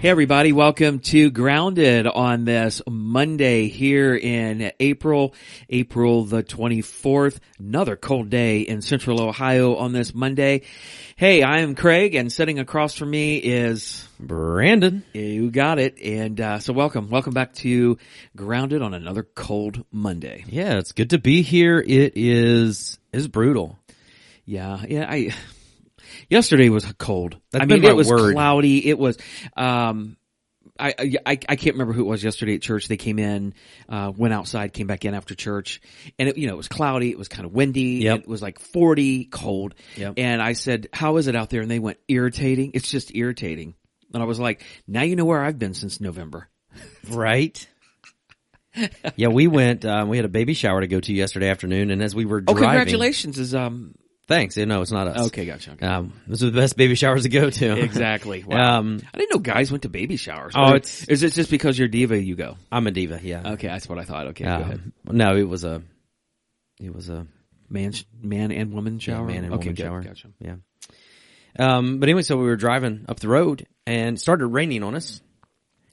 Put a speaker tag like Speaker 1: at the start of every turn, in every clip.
Speaker 1: Hey, everybody. Welcome to Grounded on this Monday here in April, April the 24th. Another cold day in central Ohio on this Monday. Hey, I am Craig and sitting across from me is
Speaker 2: Brandon.
Speaker 1: you got it. And, uh, so welcome, welcome back to Grounded on another cold Monday.
Speaker 2: Yeah, it's good to be here. It is is brutal.
Speaker 1: Yeah. Yeah. I, yesterday was cold.
Speaker 2: That's
Speaker 1: I
Speaker 2: been
Speaker 1: mean,
Speaker 2: my
Speaker 1: it was
Speaker 2: word.
Speaker 1: cloudy. It was, um, I, I, I can't remember who it was yesterday at church. They came in, uh, went outside, came back in after church and it, you know, it was cloudy. It was kind of windy.
Speaker 2: Yep.
Speaker 1: It was like 40 cold.
Speaker 2: Yep.
Speaker 1: And I said, how is it out there? And they went irritating. It's just irritating. And I was like, now you know where I've been since November.
Speaker 2: Right? yeah, we went uh, we had a baby shower to go to yesterday afternoon and as we were
Speaker 1: Oh,
Speaker 2: driving
Speaker 1: congratulations is, um,
Speaker 2: Thanks. Yeah, No, it's not us.
Speaker 1: okay. Gotcha. Okay.
Speaker 2: Um this was the best baby showers to go to.
Speaker 1: Exactly. Wow.
Speaker 2: Um
Speaker 1: I didn't know guys went to baby showers.
Speaker 2: Oh, it's-
Speaker 1: is it just because you're diva you go?
Speaker 2: I'm a diva, yeah.
Speaker 1: Okay, that's what I thought. Okay, go ahead.
Speaker 2: Um, no, it was a it was a
Speaker 1: Man, sh- man and woman shower.
Speaker 2: man and
Speaker 1: okay,
Speaker 2: woman
Speaker 1: good,
Speaker 2: shower.
Speaker 1: Gotcha.
Speaker 2: Yeah. Um, but anyway, so we were driving up the road and it started raining on us.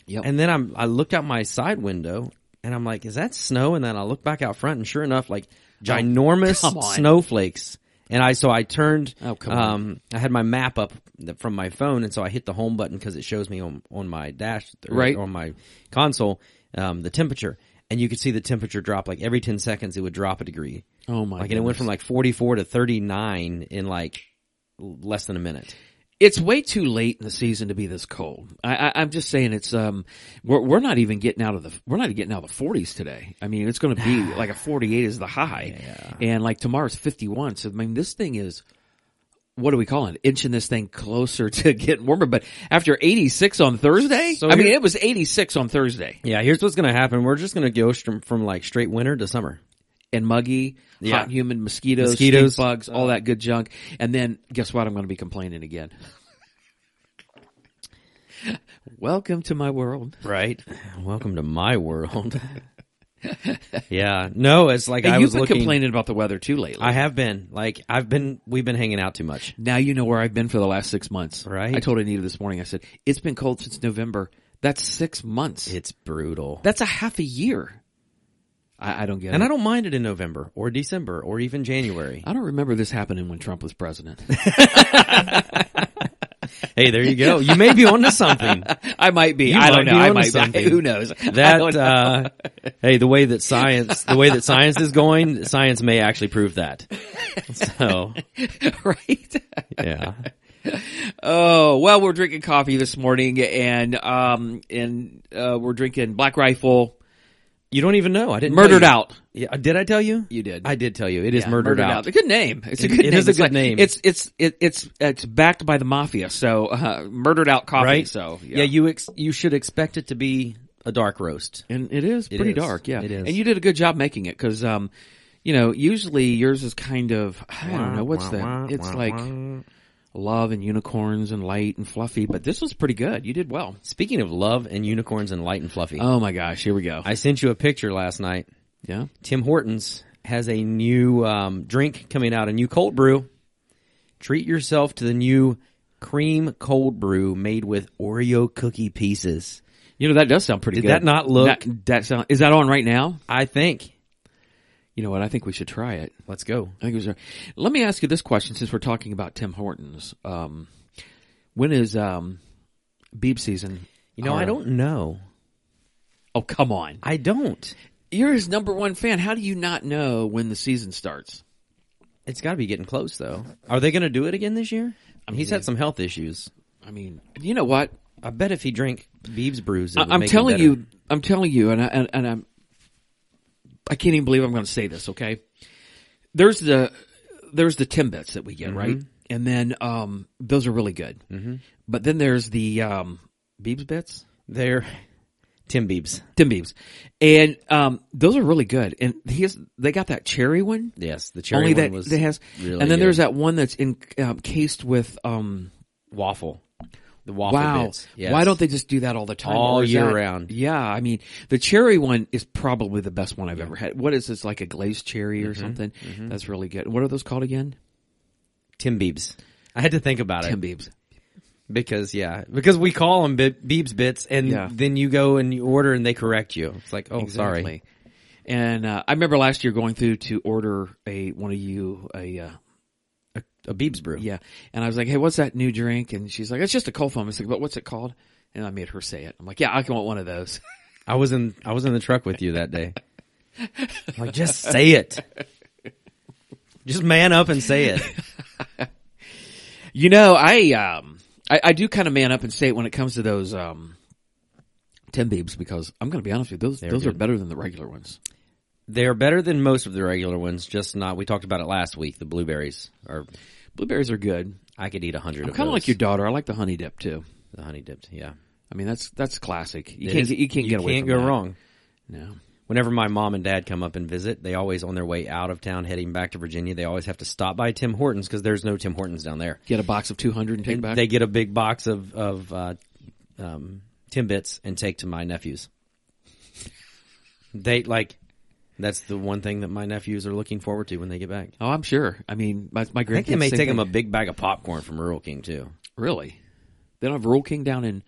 Speaker 1: Yep.
Speaker 2: And then I'm, I looked out my side window and I'm like, is that snow? And then I look back out front and sure enough, like ginormous
Speaker 1: come on.
Speaker 2: snowflakes. And I, so I turned,
Speaker 1: Oh, come on.
Speaker 2: um, I had my map up th- from my phone and so I hit the home button cause it shows me on, on my dash, or
Speaker 1: Right.
Speaker 2: on my console, um, the temperature. And you could see the temperature drop like every 10 seconds it would drop a degree.
Speaker 1: Oh my!
Speaker 2: Like, and it went from like 44 to 39 in like l- less than a minute.
Speaker 1: it's way too late in the season to be this cold. I, I, I'm just saying it's um we're we're not even getting out of the we're not even getting out of the 40s today. I mean it's going to be like a 48 is the high, and like tomorrow's 51. So I mean this thing is what do we call it? Inching this thing closer to getting warmer. But after 86 on Thursday,
Speaker 2: So
Speaker 1: I mean
Speaker 2: here-
Speaker 1: it was 86 on Thursday
Speaker 2: Yeah, here's what's going to happen. We're just going to go from, from like straight winter to summer.
Speaker 1: and muggy,
Speaker 2: Yeah.
Speaker 1: hot, humid, mosquitoes,
Speaker 2: Mosquitoes. Uh-huh.
Speaker 1: stink bugs, all that good junk. And then guess what? I'm going to be complaining again. Welcome to my world.
Speaker 2: Right. Welcome to my world. yeah. No, it's like I
Speaker 1: you've
Speaker 2: was
Speaker 1: been
Speaker 2: looking.
Speaker 1: complaining about the weather too lately.
Speaker 2: I have been like I've been we've been hanging out too much.
Speaker 1: now you know where I've been for the last six months.
Speaker 2: Right.
Speaker 1: I told Anita this morning. I said it's been cold since November. That's six months.
Speaker 2: It's brutal.
Speaker 1: That's a half a year. I, I don't get
Speaker 2: and
Speaker 1: it.
Speaker 2: I don't mind it in November or December or even January.
Speaker 1: I don't remember this happening when Trump was president.
Speaker 2: hey, there you go. You may be onto something.
Speaker 1: I might be.
Speaker 2: You
Speaker 1: I don't
Speaker 2: might be
Speaker 1: know. I
Speaker 2: onto
Speaker 1: might be.
Speaker 2: something.
Speaker 1: Who knows? I don't
Speaker 2: That
Speaker 1: know.
Speaker 2: uh hey, the way that science the way that science is going, science may actually prove that. So,
Speaker 1: right.
Speaker 2: yeah.
Speaker 1: Oh well, we're drinking coffee this morning, and um, and uh, we're drinking Black Rifle,
Speaker 2: You don't even know. I didn't
Speaker 1: murdered
Speaker 2: tell you.
Speaker 1: out.
Speaker 2: Yeah, uh, did I tell you?
Speaker 1: You did.
Speaker 2: I did tell you. It is
Speaker 1: Yeah,
Speaker 2: murdered, out.
Speaker 1: A good name. It's a
Speaker 2: It-
Speaker 1: good
Speaker 2: it
Speaker 1: name.
Speaker 2: is a
Speaker 1: It's
Speaker 2: good
Speaker 1: like-
Speaker 2: name.
Speaker 1: It's it's it, it's it's backed by the mafia. So uh, murdered out coffee.
Speaker 2: right?
Speaker 1: So
Speaker 2: yeah, you ex- you should expect it to be a dark roast.
Speaker 1: and it is pretty
Speaker 2: is.
Speaker 1: dark. Yeah,
Speaker 2: It is.
Speaker 1: And you did a good job making it because um, you know, usually yours is kind of I don't know what's that. It's like love and unicorns and light and fluffy, but this was pretty good. You did well.
Speaker 2: Speaking of love and unicorns and light and fluffy,
Speaker 1: Oh my gosh, here we go.
Speaker 2: I sent you a picture last night.
Speaker 1: yeah.
Speaker 2: Tim Hortons has a new um, drink coming out, a new cold brew. Treat yourself to the new cream cold brew made with Oreo cookie pieces.
Speaker 1: You know that does sound pretty
Speaker 2: Did
Speaker 1: good.
Speaker 2: that not look-
Speaker 1: That, that sound is that on right now?
Speaker 2: I think.
Speaker 1: You know what? I think we should try it.
Speaker 2: Let's go.
Speaker 1: I think it was. Let me ask you this question since we're talking about Tim Hortons. Um, when is um, Beeb season?
Speaker 2: You know,
Speaker 1: Or-
Speaker 2: I don't know.
Speaker 1: Oh come on!
Speaker 2: I don't.
Speaker 1: You're his number one fan. How do you not know when the season starts?
Speaker 2: It's got to be getting close, though. Are they going to do it again this year? He's had some health issues.
Speaker 1: I mean, you know what?
Speaker 2: I bet if he drank Beebs brews, it would
Speaker 1: I, am
Speaker 2: make him
Speaker 1: telling
Speaker 2: better.
Speaker 1: you. I'm telling you, and I, and, and I'm. I can't even believe I'm going to say this. Okay, there's the there's the timbits that we get right,
Speaker 2: Mm-hmm.
Speaker 1: and then um those are really good. Mm-hmm. But then there's the um Beebs bits,
Speaker 2: they're Tim Beebs.
Speaker 1: Tim Beebs, and um those are really good. And he has they got that cherry one,
Speaker 2: Yes, the cherry
Speaker 1: only
Speaker 2: one
Speaker 1: that
Speaker 2: was
Speaker 1: that has,
Speaker 2: really
Speaker 1: and then
Speaker 2: good.
Speaker 1: there's that one that's in, um, cased with um
Speaker 2: waffle. The waffle
Speaker 1: Wow.
Speaker 2: bits. Yes.
Speaker 1: Why don't they just do that all the time?
Speaker 2: All
Speaker 1: Or is
Speaker 2: year
Speaker 1: that-
Speaker 2: round.
Speaker 1: Yeah. I mean, the cherry one is probably the best one I've ever had. What is this? Like a glazed cherry
Speaker 2: Mm-hmm.
Speaker 1: or something? That's really good. What are those called again?
Speaker 2: Tim Beebs? I had to think about it.
Speaker 1: Tim Beebs.
Speaker 2: Because yeah, because we call them bi- Biebs bits, and
Speaker 1: Yeah.
Speaker 2: then you go and you order, and they correct you. It's like, oh, sorry.
Speaker 1: Exactly. And uh, I remember last year going through to order a one of you a uh,
Speaker 2: A Biebs brew.
Speaker 1: yeah, and I was like, hey, what's that new drink? And she's like, it's just a cold foam. I was like, but what's it called? And I made her say it. I'm like, yeah, I can want one of those.
Speaker 2: I was in I was in the truck with you that day. I'm like, just say it. Just man up and say it.
Speaker 1: You know, I um, I, I do kind of man up and say it when it comes to those um, Tim Biebs because I'm going to be honest with you, those those are
Speaker 2: good.
Speaker 1: better than the regular ones.
Speaker 2: They are better than most of the regular ones, just not. We talked about it last week. The blueberries are.
Speaker 1: Blueberries are good.
Speaker 2: I could eat a hundred.
Speaker 1: I'm
Speaker 2: of
Speaker 1: kind of
Speaker 2: those.
Speaker 1: like your daughter. I like the honey dip too.
Speaker 2: the honey dipped. Yeah,
Speaker 1: I mean, that's that's classic. You
Speaker 2: It
Speaker 1: can't
Speaker 2: is-
Speaker 1: get, you can't get away.
Speaker 2: Can't
Speaker 1: from
Speaker 2: go
Speaker 1: that.
Speaker 2: wrong.
Speaker 1: No.
Speaker 2: Whenever my mom and dad come up and visit, they always on their way out of town, heading back to Virginia. They always have to stop by Tim Hortons because there's no Tim Hortons down there.
Speaker 1: Get a box of 200 and take it back.
Speaker 2: They get a big box of of uh, um, Timbits and take to my nephews. They like that's the one thing that my nephews are looking forward to when they get back.
Speaker 1: oh, I'm sure. I mean, my my grandkids.
Speaker 2: I think they may
Speaker 1: same
Speaker 2: take them
Speaker 1: thing.
Speaker 2: a big bag of popcorn from Rural King too.
Speaker 1: Really? They don't have Rule King down in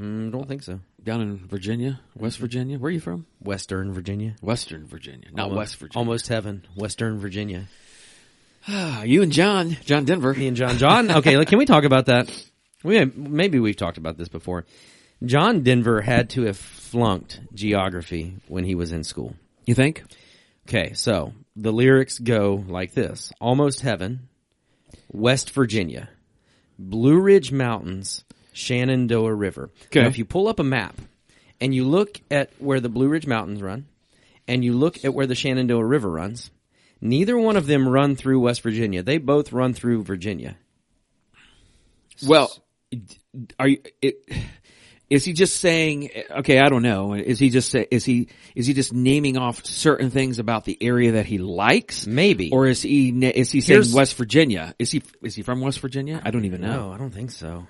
Speaker 2: Mm, don't think so.
Speaker 1: down in Virginia,
Speaker 2: Mm-hmm.
Speaker 1: West Virginia. Where are you from?
Speaker 2: Western Virginia,
Speaker 1: Western Virginia, not
Speaker 2: Almost-
Speaker 1: West Virginia.
Speaker 2: almost heaven. Western Virginia.
Speaker 1: Ah, you and John, John Denver.
Speaker 2: Me and John. John, okay, like, can we talk about that? We maybe we've talked about this before. John Denver had to have flunked geography when he was in school.
Speaker 1: You think?
Speaker 2: Okay, so the lyrics go like this: Almost heaven, West Virginia, Blue Ridge Mountains, Shenandoah River.
Speaker 1: Okay.
Speaker 2: Now, if you pull up a map and you look at where the Blue Ridge Mountains run, and you look at where the Shenandoah River runs, neither one of them run through West Virginia. They both run through Virginia.
Speaker 1: Well, d- are you? It, is he just saying? Okay, I don't know. Is he just say? Is he? Is he just naming off certain things about the area that he likes?
Speaker 2: Maybe.
Speaker 1: Or is he? na- Is he saying
Speaker 2: Here's-
Speaker 1: West Virginia? Is he? Is he from West Virginia? I don't even know.
Speaker 2: No, I don't think so.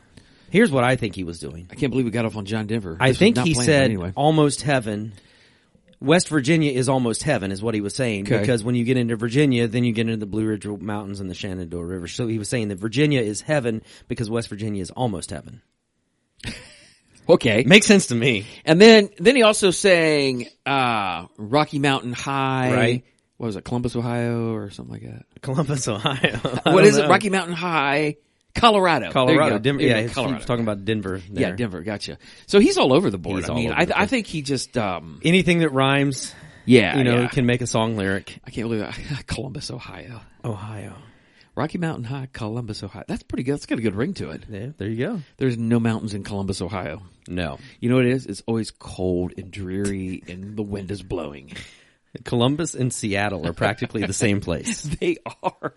Speaker 2: Here's what I think he was doing.
Speaker 1: I can't believe we got off on John Denver.
Speaker 2: I
Speaker 1: This was
Speaker 2: think
Speaker 1: not
Speaker 2: he
Speaker 1: planned, but
Speaker 2: said
Speaker 1: anyway.
Speaker 2: almost heaven. West Virginia is almost heaven, is what he was saying.
Speaker 1: Okay.
Speaker 2: Because when you get into Virginia, then you get into the Blue Ridge Mountains and the Shenandoah River. So he was saying that Virginia is heaven because West Virginia is almost heaven.
Speaker 1: Okay.
Speaker 2: Makes sense to me.
Speaker 1: And then then he also sang uh Rocky Mountain High.
Speaker 2: Right.
Speaker 1: What was it, Columbus, Ohio or something like that?
Speaker 2: Columbus, Ohio.
Speaker 1: What is it?
Speaker 2: Rocky?
Speaker 1: Rocky Mountain High, Colorado. There you
Speaker 2: Colorado,
Speaker 1: go.
Speaker 2: Denver.
Speaker 1: There you
Speaker 2: Yeah,
Speaker 1: go,
Speaker 2: he's
Speaker 1: Colorado.
Speaker 2: talking about Denver. There.
Speaker 1: yeah, Denver, gotcha. So he's all over the board.
Speaker 2: He's
Speaker 1: I
Speaker 2: all
Speaker 1: mean,
Speaker 2: over
Speaker 1: I,
Speaker 2: the
Speaker 1: I think he just, um,
Speaker 2: Anything that rhymes,
Speaker 1: yeah,
Speaker 2: you know,
Speaker 1: Ah, yeah.
Speaker 2: can make a song lyric.
Speaker 1: I can't believe that. Columbus, Ohio.
Speaker 2: Ohio.
Speaker 1: Rocky Mountain High, Columbus, Ohio. That's pretty good. That's got a good ring to it.
Speaker 2: Yeah, there you go.
Speaker 1: There's no mountains in Columbus, Ohio.
Speaker 2: No.
Speaker 1: You know what it is? It's always cold and dreary and the wind is blowing.
Speaker 2: Columbus and Seattle are practically the same place.
Speaker 1: They are.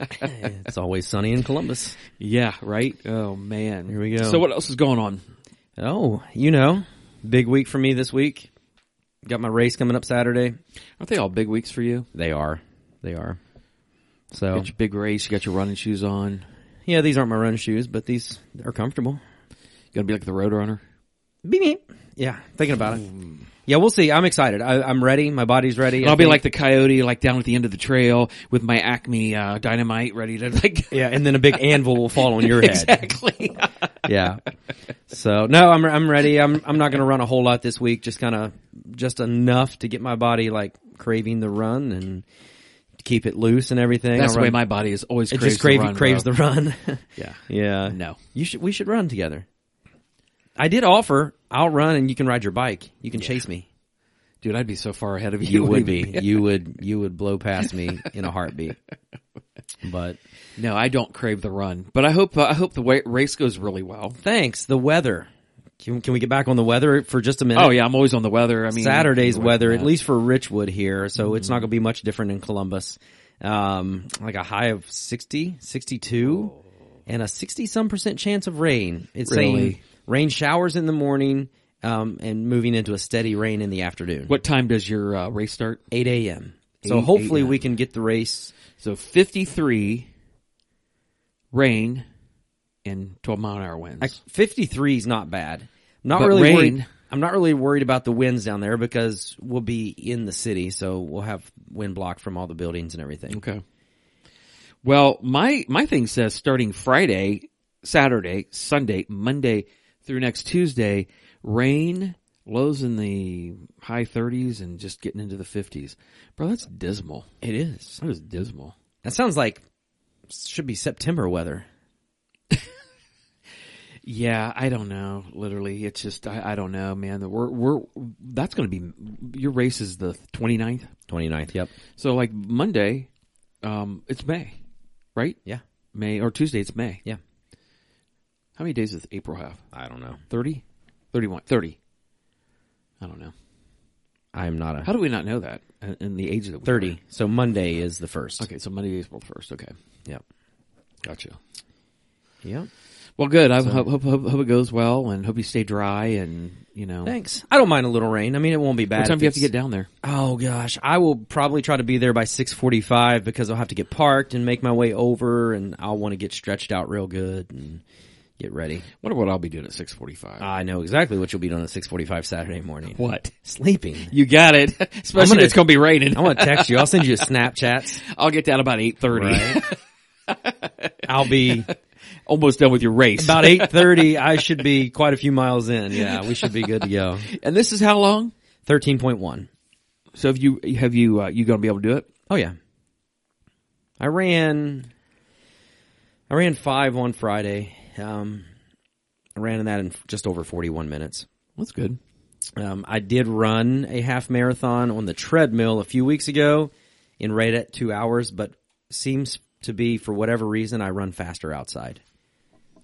Speaker 2: It's always sunny in Columbus.
Speaker 1: Yeah, right? Oh man.
Speaker 2: Here we go.
Speaker 1: So what else is going on?
Speaker 2: Oh, you know, big week for me this week. Got my race coming up Saturday.
Speaker 1: Aren't they all big weeks for you?
Speaker 2: They are. They are. So,
Speaker 1: Got your big race, you got your running shoes on.
Speaker 2: yeah, these aren't my run shoes, but these are comfortable.
Speaker 1: You gonna be like the road runner?
Speaker 2: Beep, beep. Yeah, thinking about it. Yeah, we'll see. I'm excited. I, I'm ready. My body's ready.
Speaker 1: And
Speaker 2: I
Speaker 1: I'll be
Speaker 2: think-
Speaker 1: like the coyote, like down at the end of the trail with my acme uh, dynamite ready to like
Speaker 2: yeah, and then a big anvil will fall on your head.
Speaker 1: Exactly.
Speaker 2: Yeah. So, no, I'm, I'm ready. I'm, I'm not going to run a whole lot this week. Just kind of, just enough to get my body like craving the run and keep it loose and everything.
Speaker 1: That's
Speaker 2: I'll
Speaker 1: the
Speaker 2: run-
Speaker 1: way my body is always
Speaker 2: It
Speaker 1: craves
Speaker 2: just crave,
Speaker 1: the run,
Speaker 2: craves
Speaker 1: bro.
Speaker 2: the run.
Speaker 1: Yeah.
Speaker 2: yeah.
Speaker 1: No.
Speaker 2: You should we should run together. I did offer, I'll run and you can ride your bike. You can chase me.
Speaker 1: Dude, I'd be so far ahead of you.
Speaker 2: You would
Speaker 1: wouldn't
Speaker 2: be. you would you would blow past me in a heartbeat. But
Speaker 1: even- No, I don't crave the run, but I hope uh, I hope the wa- race goes really well.
Speaker 2: thanks, the weather. Can, can we get back on the weather for just a minute?
Speaker 1: Oh yeah, I'm always on the weather. I mean,
Speaker 2: Saturday's
Speaker 1: I'm
Speaker 2: weather,
Speaker 1: aware
Speaker 2: at
Speaker 1: of
Speaker 2: least for Richwood here, so it's not
Speaker 1: Mm-hmm.
Speaker 2: going to be much different in Columbus. Um, like a high of 60, 62, and a 60 some percent chance of rain. It's saying
Speaker 1: Oh. Really?
Speaker 2: rain showers in the morning, um, and moving into a steady rain in the afternoon.
Speaker 1: that. What time does your uh, race start?
Speaker 2: 8 a.m. So
Speaker 1: 8
Speaker 2: hopefully
Speaker 1: a.m..
Speaker 2: we can get the race.
Speaker 1: So 53 rain and 12 mile an hour winds.
Speaker 2: 53 is not bad. I'm not
Speaker 1: But
Speaker 2: really
Speaker 1: rain-
Speaker 2: worried. I'm not really worried about the winds down there because we'll be in the city, so we'll have wind block from all the buildings and everything.
Speaker 1: okay. Well, my my thing says starting Friday, Saturday, Sunday, Monday through next Tuesday, rain, lows in the high 30s and just getting into the 50s. Bro, that's dismal.
Speaker 2: It is.
Speaker 1: That is dismal.
Speaker 2: That sounds like should be September weather.
Speaker 1: Yeah, I don't know. Literally, it's just I, I don't know, man. The- We're we're that's going to be your race is the 29th.
Speaker 2: 29th, yep.
Speaker 1: So like Monday, um it's May, right?
Speaker 2: Yeah.
Speaker 1: May or Tuesday it's May.
Speaker 2: Yeah.
Speaker 1: How many days does April have?
Speaker 2: I don't know.
Speaker 1: 30? 31, 30. I don't know.
Speaker 2: I'm not a
Speaker 1: How do we not know that in- in the age of the
Speaker 2: 30. So Monday is the first.
Speaker 1: Okay, so Monday, April 1st. Okay.
Speaker 2: Yep.
Speaker 1: Gotcha.
Speaker 2: Yep.
Speaker 1: Well, good. I hope, hope, hope, hope it goes well and hope you stay dry and, you know.
Speaker 2: Thanks. I don't mind a little rain. I mean, it won't be bad.
Speaker 1: What time
Speaker 2: if
Speaker 1: do you have to
Speaker 2: it's-
Speaker 1: get down there?
Speaker 2: Oh gosh, I will probably try to be there by 6:45 because I'll have to get parked and make my way over and I'll want to get stretched out real good and get ready.
Speaker 1: wonder what I'll be doing at 645.
Speaker 2: I know exactly what you'll be doing at 6:45 Saturday morning.
Speaker 1: what?
Speaker 2: Sleeping.
Speaker 1: You got it. Especially
Speaker 2: gonna-
Speaker 1: if it's going to be raining.
Speaker 2: I'm going to text you. I'll send you Snapchats.
Speaker 1: I'll get down about 830.
Speaker 2: I'll be
Speaker 1: Almost done with your race.
Speaker 2: about 8:30. I should be quite a few miles in. Yeah, we should be good to go.
Speaker 1: and this is how long?
Speaker 2: 13.1.
Speaker 1: So have you, have you, uh, you going to be able to do it?
Speaker 2: Oh yeah. I ran I ran 5 on Friday. Um I ran in that in just over 41 minutes.
Speaker 1: That's good.
Speaker 2: Um I did run a half marathon on the treadmill a few weeks ago in right at 2 hours, but seems to be for whatever reason I run faster outside.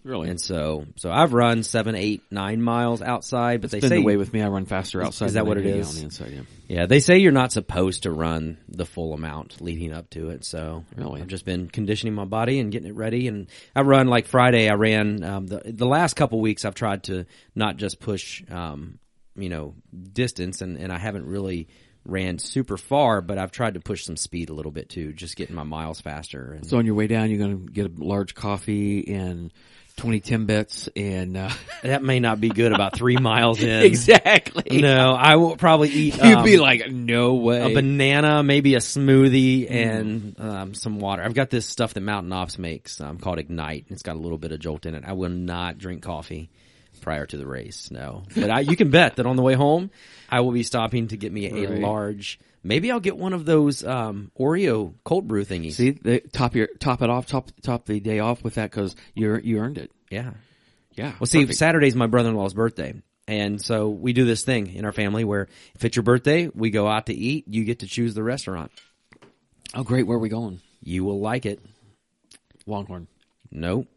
Speaker 1: Really?
Speaker 2: And so so I've run seven, eight, nine miles outside, but they
Speaker 1: Been
Speaker 2: say
Speaker 1: the way with me. I run faster outside.
Speaker 2: is that
Speaker 1: than I
Speaker 2: what it
Speaker 1: do down
Speaker 2: is?
Speaker 1: the inside, yeah.
Speaker 2: Yeah, they say you're not supposed to run the full amount leading up to it. So
Speaker 1: Really?
Speaker 2: I've just been conditioning my body and getting it ready. And I run like Friday. I ran um, the the last couple weeks. I've tried to not just push, um, you know, distance, and and I haven't really ran super far, but I've tried to push some speed a little bit too, just getting my miles faster. And
Speaker 1: So on your way down, you're going to get a large coffee and 20 Timbits and, uh,
Speaker 2: that may not be good about three miles in.
Speaker 1: exactly.
Speaker 2: No, I will probably eat.
Speaker 1: You'd
Speaker 2: um,
Speaker 1: be like, no
Speaker 2: a
Speaker 1: way.
Speaker 2: banana, maybe a smoothie, and um, some water. I've got this stuff that Mountain Ops makes um, called Ignite. It's got a little bit of jolt in it. I will not drink coffee prior to the race. No, but I, you can bet that on the way home, I will be stopping to get me a
Speaker 1: Right.
Speaker 2: large. Maybe I'll get one of those um, Oreo cold brew thingies.
Speaker 1: See, they top your top it off, top top the day off with that because you you earned it.
Speaker 2: Yeah.
Speaker 1: Yeah.
Speaker 2: Well, see,
Speaker 1: perfect.
Speaker 2: Saturday's my brother-in-law's birthday. And so we do this thing in our family where if it's your birthday, we go out to eat. You get to choose the restaurant.
Speaker 1: oh great, where are we going?
Speaker 2: You will like it.
Speaker 1: Longhorn,
Speaker 2: Nope.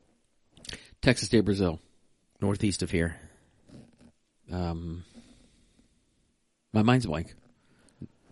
Speaker 1: Texas Day, Brazil.
Speaker 2: Northeast of here.
Speaker 1: Um, my mind's blank.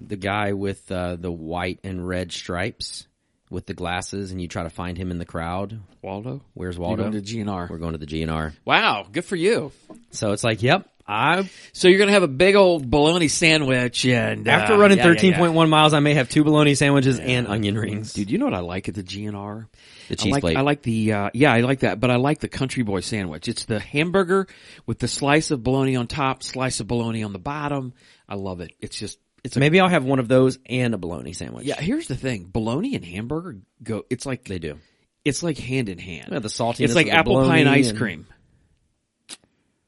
Speaker 2: the guy with uh, the white and red stripes with the glasses, and you try to find him in the crowd.
Speaker 1: Waldo,
Speaker 2: Where's
Speaker 1: You're
Speaker 2: Waldo?
Speaker 1: going to GNR.
Speaker 2: We're going to the GNR.
Speaker 1: wow, good for you.
Speaker 2: So it's like, yep, I
Speaker 1: So you're gonna have a big old bologna sandwich and uh,
Speaker 2: after running
Speaker 1: yeah, yeah, yeah.
Speaker 2: thirteen point one miles, I may have two bologna sandwiches and onion rings.
Speaker 1: Dude, you know what I like at the GNR?
Speaker 2: The
Speaker 1: I
Speaker 2: cheese
Speaker 1: like,
Speaker 2: plate.
Speaker 1: I like the uh, yeah, I like that, but I like the country boy sandwich. It's the hamburger with the slice of bologna on top, slice of bologna on the bottom. I love it. It's just it's a,
Speaker 2: Maybe I'll have one of those and a bologna sandwich.
Speaker 1: yeah. Here's the thing: bologna and hamburger go. It's like
Speaker 2: they do.
Speaker 1: it's like hand in hand.
Speaker 2: Yeah, the saltiness
Speaker 1: It's like
Speaker 2: of the
Speaker 1: apple pie and
Speaker 2: bologna
Speaker 1: ice
Speaker 2: and-
Speaker 1: cream.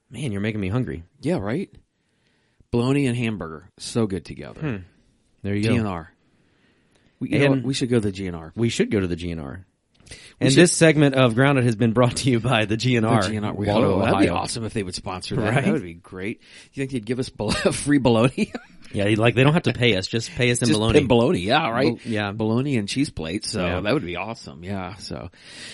Speaker 2: Man, you're making me hungry.
Speaker 1: Yeah, right. Bologna and hamburger, so good together.
Speaker 2: There you go.
Speaker 1: GNR. We, you know
Speaker 2: Hmm, And-
Speaker 1: what? we should go to the GNR.
Speaker 2: We should go to the GNR. And
Speaker 1: should-
Speaker 2: this segment of Grounded has been brought to you by the GNR.
Speaker 1: The GNR. We,
Speaker 2: Waldo,
Speaker 1: oh, that'd be
Speaker 2: Ohio.
Speaker 1: awesome if they would sponsor that.
Speaker 2: Right?
Speaker 1: That would be great. You think they'd give us bol- free bologna?
Speaker 2: Yeah, like they don't have to pay us; just pay us in
Speaker 1: Just
Speaker 2: bologna.
Speaker 1: pin bologna, yeah, right?
Speaker 2: Bo- yeah.
Speaker 1: bologna and cheese plates. So
Speaker 2: Yeah.
Speaker 1: that would be awesome. Yeah. So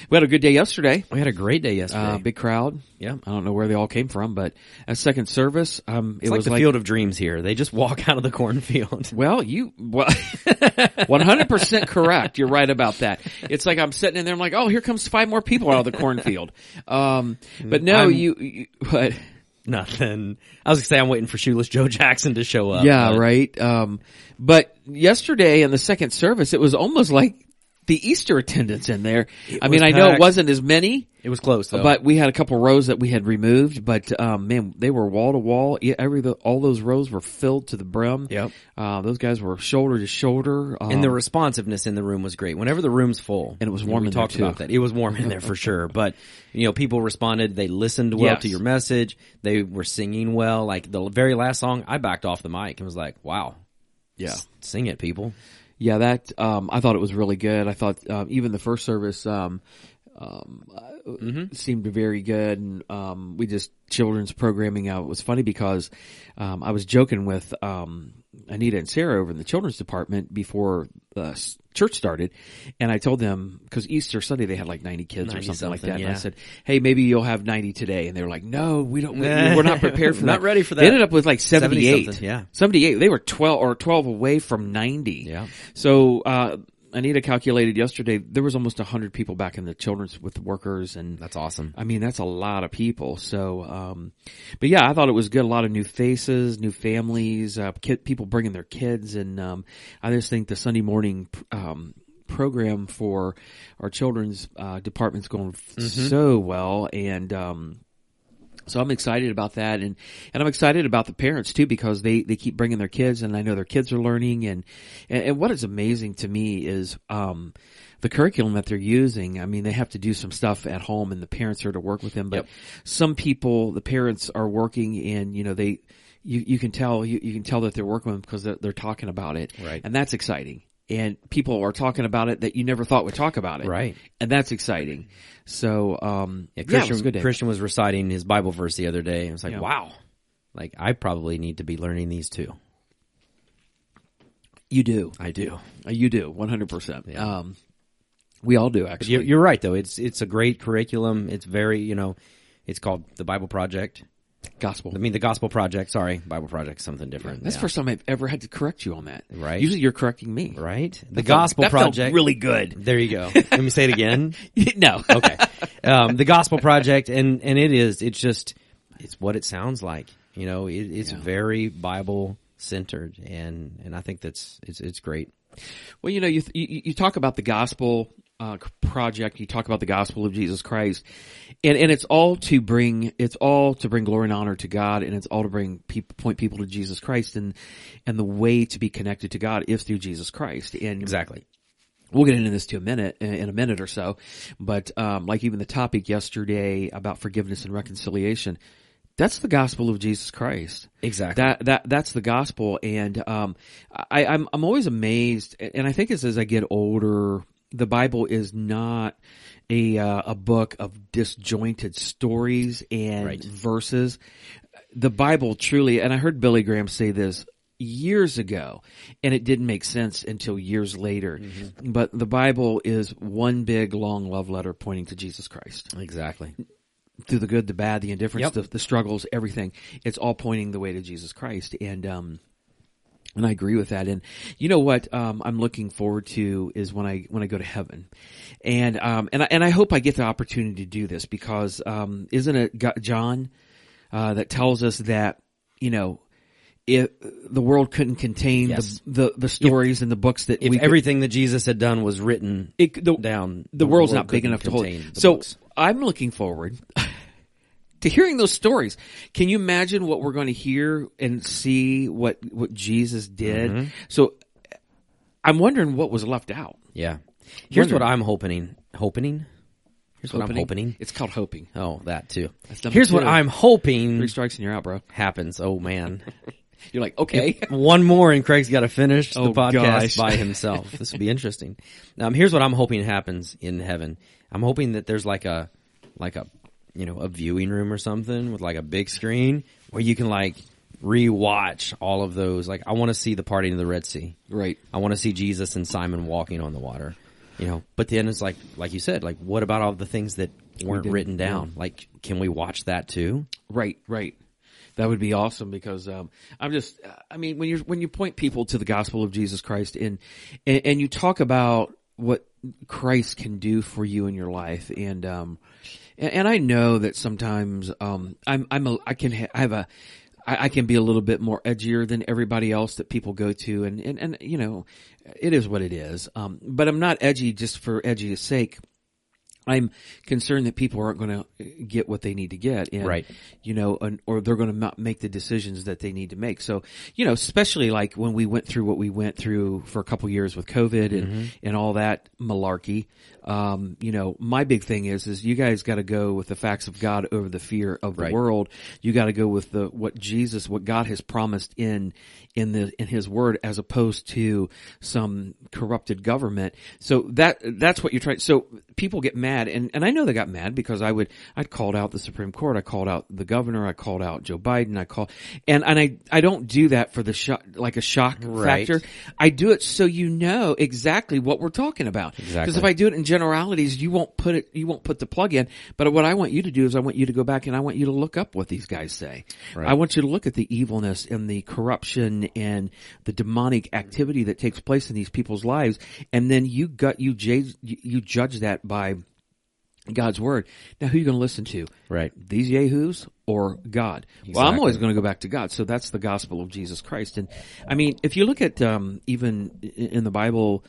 Speaker 1: we had a good day yesterday.
Speaker 2: we had a great day yesterday.
Speaker 1: Uh, big crowd.
Speaker 2: Yeah.
Speaker 1: I don't know where they all came from, but at second service, um, it
Speaker 2: It's like
Speaker 1: was
Speaker 2: the
Speaker 1: like
Speaker 2: field of dreams here. They just walk out of the cornfield.
Speaker 1: Well, you, well, 100% correct. You're right about that. It's like I'm sitting in there. I'm like, oh, here comes five more people out of the cornfield. Um, but no,
Speaker 2: Mm, I'm-
Speaker 1: you, you, but
Speaker 2: Nothing. I was gonna say I'm waiting for Shoeless Joe Jackson to show up. Uh,
Speaker 1: yeah,
Speaker 2: but
Speaker 1: right. Um, but yesterday in the second service, it was almost like the Easter attendance in there. I
Speaker 2: was
Speaker 1: mean, I know it
Speaker 2: packed.
Speaker 1: wasn't as many,
Speaker 2: It was close though.
Speaker 1: but we had a couple rows that we had removed. But um, man, they were wall to wall. Yeah, Every all those rows were filled to the brim.
Speaker 2: Yep.
Speaker 1: Uh, those guys were shoulder to shoulder. Um,
Speaker 2: and the responsiveness in the room was great. Whenever the room's full,
Speaker 1: it was
Speaker 2: you know,
Speaker 1: warm
Speaker 2: We
Speaker 1: in there,
Speaker 2: talked
Speaker 1: too.
Speaker 2: about that. It was warm in there for sure. But you know, people responded. They listened well
Speaker 1: Yes.
Speaker 2: to your message. They were singing well. Like the very last song, I backed off the mic and was like, "Wow,
Speaker 1: yeah.
Speaker 2: s- sing it, people."
Speaker 1: Yeah, that um, I thought it was really good. I thought um, even the first service um, um, uh,
Speaker 2: Mm-hmm.
Speaker 1: seemed very good, and um, we just children's programming out. It was funny because um, I was joking with um, Anita and Sarah over in the children's department before uh, s- church started, and I told them because Easter Sunday they had like ninety kids or
Speaker 2: 90
Speaker 1: something, like that.
Speaker 2: something,
Speaker 1: And I
Speaker 2: yeah.
Speaker 1: said, "Hey, maybe you'll have ninety today," and they were like, "No, we don't. We, we're not prepared for
Speaker 2: Not
Speaker 1: that.
Speaker 2: ready for
Speaker 1: They
Speaker 2: that.
Speaker 1: ended up with like
Speaker 2: 70
Speaker 1: seventy-eight.
Speaker 2: something, yeah.
Speaker 1: 78. They were 12 or 12 away from 90.
Speaker 2: Yeah.
Speaker 1: So, uh, Anita calculated yesterday there was almost 100 people back in the children's with workers and
Speaker 2: That's awesome.
Speaker 1: I mean, that's a lot of people. So, um, but yeah, I thought it was good. A lot of new faces, new families, uh, kid, people bringing their kids. And, um, I just think the Sunday morning, um, program for our children's, uh, department's going so well. And, um, so I'm excited about that and, and I'm excited about the parents too because they, they keep bringing their kids and I know their kids are learning and, and, and what is amazing to me is, um, the curriculum that they're using. I mean, they have to do some stuff at home and the parents are to work with them, but
Speaker 2: Yep.
Speaker 1: some people, the parents are working and, you know, they, you, you can tell, you, you can tell that they're working with them because they're, they're talking about it.
Speaker 2: Right.
Speaker 1: And that's exciting. And people are talking about it that you never thought would talk about it.
Speaker 2: Right.
Speaker 1: And that's exciting. So, um, yeah, it was
Speaker 2: Christian,
Speaker 1: a good day.
Speaker 2: Christian was reciting his Bible verse the other day, and I was like,
Speaker 1: Yeah.
Speaker 2: "Wow, like I probably need to be learning these too."
Speaker 1: you do.
Speaker 2: I do.
Speaker 1: Uh, You do, 100%. Um, we all do, actually.
Speaker 2: You're, you're right though. It's it's a great curriculum. It's very you know, it's called the Bible Project.
Speaker 1: Gospel.
Speaker 2: I mean, the Gospel Project. Sorry, Bible Project, something different.
Speaker 1: That's the
Speaker 2: Yeah.
Speaker 1: first time I've ever had to correct you on that.
Speaker 2: Right.
Speaker 1: Usually you're correcting me.
Speaker 2: right. The Gospel
Speaker 1: that felt
Speaker 2: Project.
Speaker 1: really good.
Speaker 2: There you go. Let me say it again.
Speaker 1: no.
Speaker 2: Okay. Um, the Gospel Project, and and it is. It's just it's what it sounds like. You know, it, it's very Bible centered, and and I think that's it's it's great.
Speaker 1: Well, you know, you, th- you, you talk about the gospel uh, project, you talk about the gospel of Jesus Christ, and, and it's all to bring, it's all to bring glory and honor to God, and it's all to bring people, point people to Jesus Christ, and, and the way to be connected to God is through Jesus Christ. And
Speaker 2: Exactly.
Speaker 1: we'll get into this to a minute in- in a minute or so but um, like even the topic yesterday about forgiveness and reconciliation that's the gospel of jesus christ
Speaker 2: Exactly.
Speaker 1: that that that's the gospel and um i i'm i'm always amazed and i think it's as i get older the bible is not a uh, a book of disjointed stories and
Speaker 2: Right.
Speaker 1: verses the bible truly and i heard billy graham say this years ago and it didn't make sense until years later but the bible is one big long love letter pointing to jesus christ
Speaker 2: exactly.
Speaker 1: through the good, the bad, the indifference,
Speaker 2: Yep.
Speaker 1: the, the struggles, everything. It's all pointing the way to Jesus Christ. And, um, and I agree with that. And you know what, um, I'm looking forward to is when I, when I go to heaven. And, um, and I, and I hope I get the opportunity to do this because, um, isn't it Go- John, uh, that tells us that, you know, if the world couldn't contain
Speaker 2: Yes.
Speaker 1: the, the, the stories and the books that
Speaker 2: If
Speaker 1: we could-
Speaker 2: everything that Jesus had done was written
Speaker 1: it, the,
Speaker 2: down,
Speaker 1: the world's not big
Speaker 2: couldn't
Speaker 1: enough to hold.
Speaker 2: contain
Speaker 1: it.
Speaker 2: the
Speaker 1: So
Speaker 2: books.
Speaker 1: I'm looking forward to hearing those stories. Can you imagine what we're going to hear and see what what Jesus did?
Speaker 2: Mm-hmm.
Speaker 1: So I'm wondering what was left out.
Speaker 2: Yeah. Here's
Speaker 1: Wondering.
Speaker 2: what I'm hoping. Hoping? Here's what I'm hoping.
Speaker 1: It's called hoping.
Speaker 2: Oh, that too.
Speaker 1: number
Speaker 2: Here's what
Speaker 1: two.
Speaker 2: I'm hoping
Speaker 1: Three strikes and you're out, bro.
Speaker 2: happens. Oh man.
Speaker 1: You're like, okay.
Speaker 2: One more and Craig's got to finish
Speaker 1: Oh,
Speaker 2: the podcast
Speaker 1: gosh.
Speaker 2: by himself. This will be interesting. Um, here's what I'm hoping happens in heaven. I'm hoping that there's like a, like a, you know, a viewing room or something with like a big screen where you can like rewatch all of those. Like I want to see the parting of the Red Sea.
Speaker 1: right.
Speaker 2: I want to see Jesus and Simon walking on the water, you know. But then it's like, like you said, like what about all the things that weren't written down? Like, can we watch that too?
Speaker 1: Right, right. That would be awesome because um, I'm just. I mean, when you when you point people to the gospel of Jesus Christ and, and and you talk about what Christ can do for you in your life, and um, and, and I know that sometimes um, I'm I'm a I can ha- I have a I, I can be a little bit more edgier than everybody else that people go to, and and and you know, it is what it is. Um, but I'm not edgy just for edgy's sake. I'm concerned that people aren't going to get what they need to get, and,
Speaker 2: Right.
Speaker 1: You know, and, or they're going to not make the decisions that they need to make. So, you know, especially like when we went through what we went through for a couple years with COVID and
Speaker 2: Mm-hmm.
Speaker 1: and all that malarkey. Um, you know, my big thing is is you guys got to go with the facts of God over the fear of the
Speaker 2: Right.
Speaker 1: world. You got to go with the what Jesus, what God has promised in in the in His Word, as opposed to some corrupted government. So that that's what you're trying. So people get mad, and and I know they got mad because I would I called out the Supreme Court, I called out the governor, I called out Joe Biden, I call and and I I don't do that for the shock like a shock
Speaker 2: Right.
Speaker 1: factor. I do it so you know exactly what we're talking about. Because
Speaker 2: Exactly.
Speaker 1: if I do it in generalities, you won't put it, you won't put the plug in. But what I want you to do is I want you to go back and I want you to look up what these guys say. I want you to look at the evilness and the corruption and the demonic activity that takes place in these people's lives. And then you gut, you judge, you judge that by God's word. Now who you going to listen to?
Speaker 2: Right.
Speaker 1: These yahoos or God? Well, I'm always going to go back to God. So that's the gospel of Jesus Christ. And I mean, if you look at um, even i- in the Bible,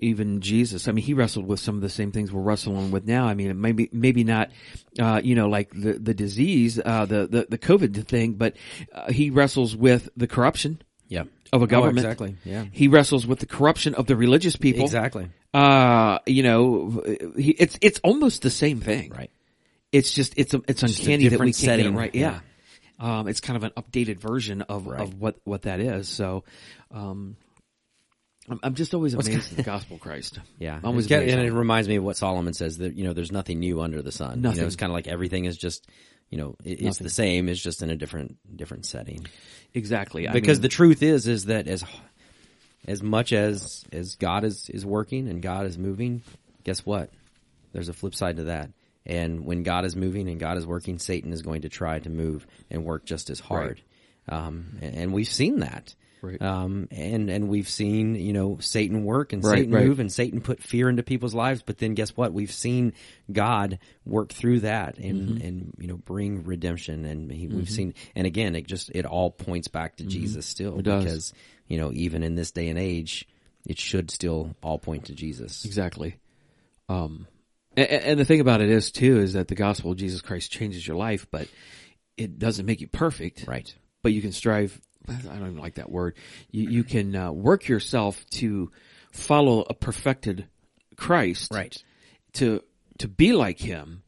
Speaker 1: even Jesus, I mean, he wrestled with some of the same things we're wrestling with now. I mean, maybe maybe not, uh, you know, like the the disease, uh, the, the the COVID thing, but uh, he wrestles with the corruption
Speaker 2: Yeah.
Speaker 1: of a government.
Speaker 2: Oh, exactly. Yeah.
Speaker 1: He wrestles with the corruption of the religious people.
Speaker 2: Exactly.
Speaker 1: Uh, you know, he, it's it's almost the same thing.
Speaker 2: Right.
Speaker 1: It's just it's a, it's
Speaker 2: a
Speaker 1: uncanny that we
Speaker 2: different
Speaker 1: can't get
Speaker 2: setting.
Speaker 1: it right. Yeah. Um, it's kind of an updated version of,
Speaker 2: Right.
Speaker 1: of what, what that is. So, um, I'm, I'm just always amazed at the gospel of Christ.
Speaker 2: Yeah.
Speaker 1: I'm always
Speaker 2: It's got-
Speaker 1: amazed.
Speaker 2: and it reminds me of what Solomon says that, you know, there's nothing new under the sun. You
Speaker 1: Nothing.
Speaker 2: know, it's kind of like everything is just, you know, it, it's the same. It's just in a different, different setting.
Speaker 1: exactly. I
Speaker 2: because
Speaker 1: mean,
Speaker 2: the truth is is that as as much as as God is is working and God is moving, guess what? There's a flip side to that. And when God is moving and God is working, Satan is going to try to move and work just as hard. Um, and, and we've seen that.
Speaker 1: Right.
Speaker 2: Um, and and we've seen you know Satan work and
Speaker 1: Right,
Speaker 2: Satan
Speaker 1: right.
Speaker 2: move and Satan put fear into people's lives. But then guess what? We've seen God work through that and
Speaker 1: Mm-hmm.
Speaker 2: and you know bring redemption. And he, we've seen and again it just it all points back to Jesus still
Speaker 1: Mm-hmm. does.
Speaker 2: because you know even in this day and age it should still all point to Jesus.
Speaker 1: Exactly. Um, a- a- and, the thing about it is too is that the gospel of Jesus Christ changes your life, but it doesn't make you perfect.
Speaker 2: Right.
Speaker 1: But you can strive. I don't even like that word. You you can uh, work yourself to follow a perfected Christ. To to be like Him.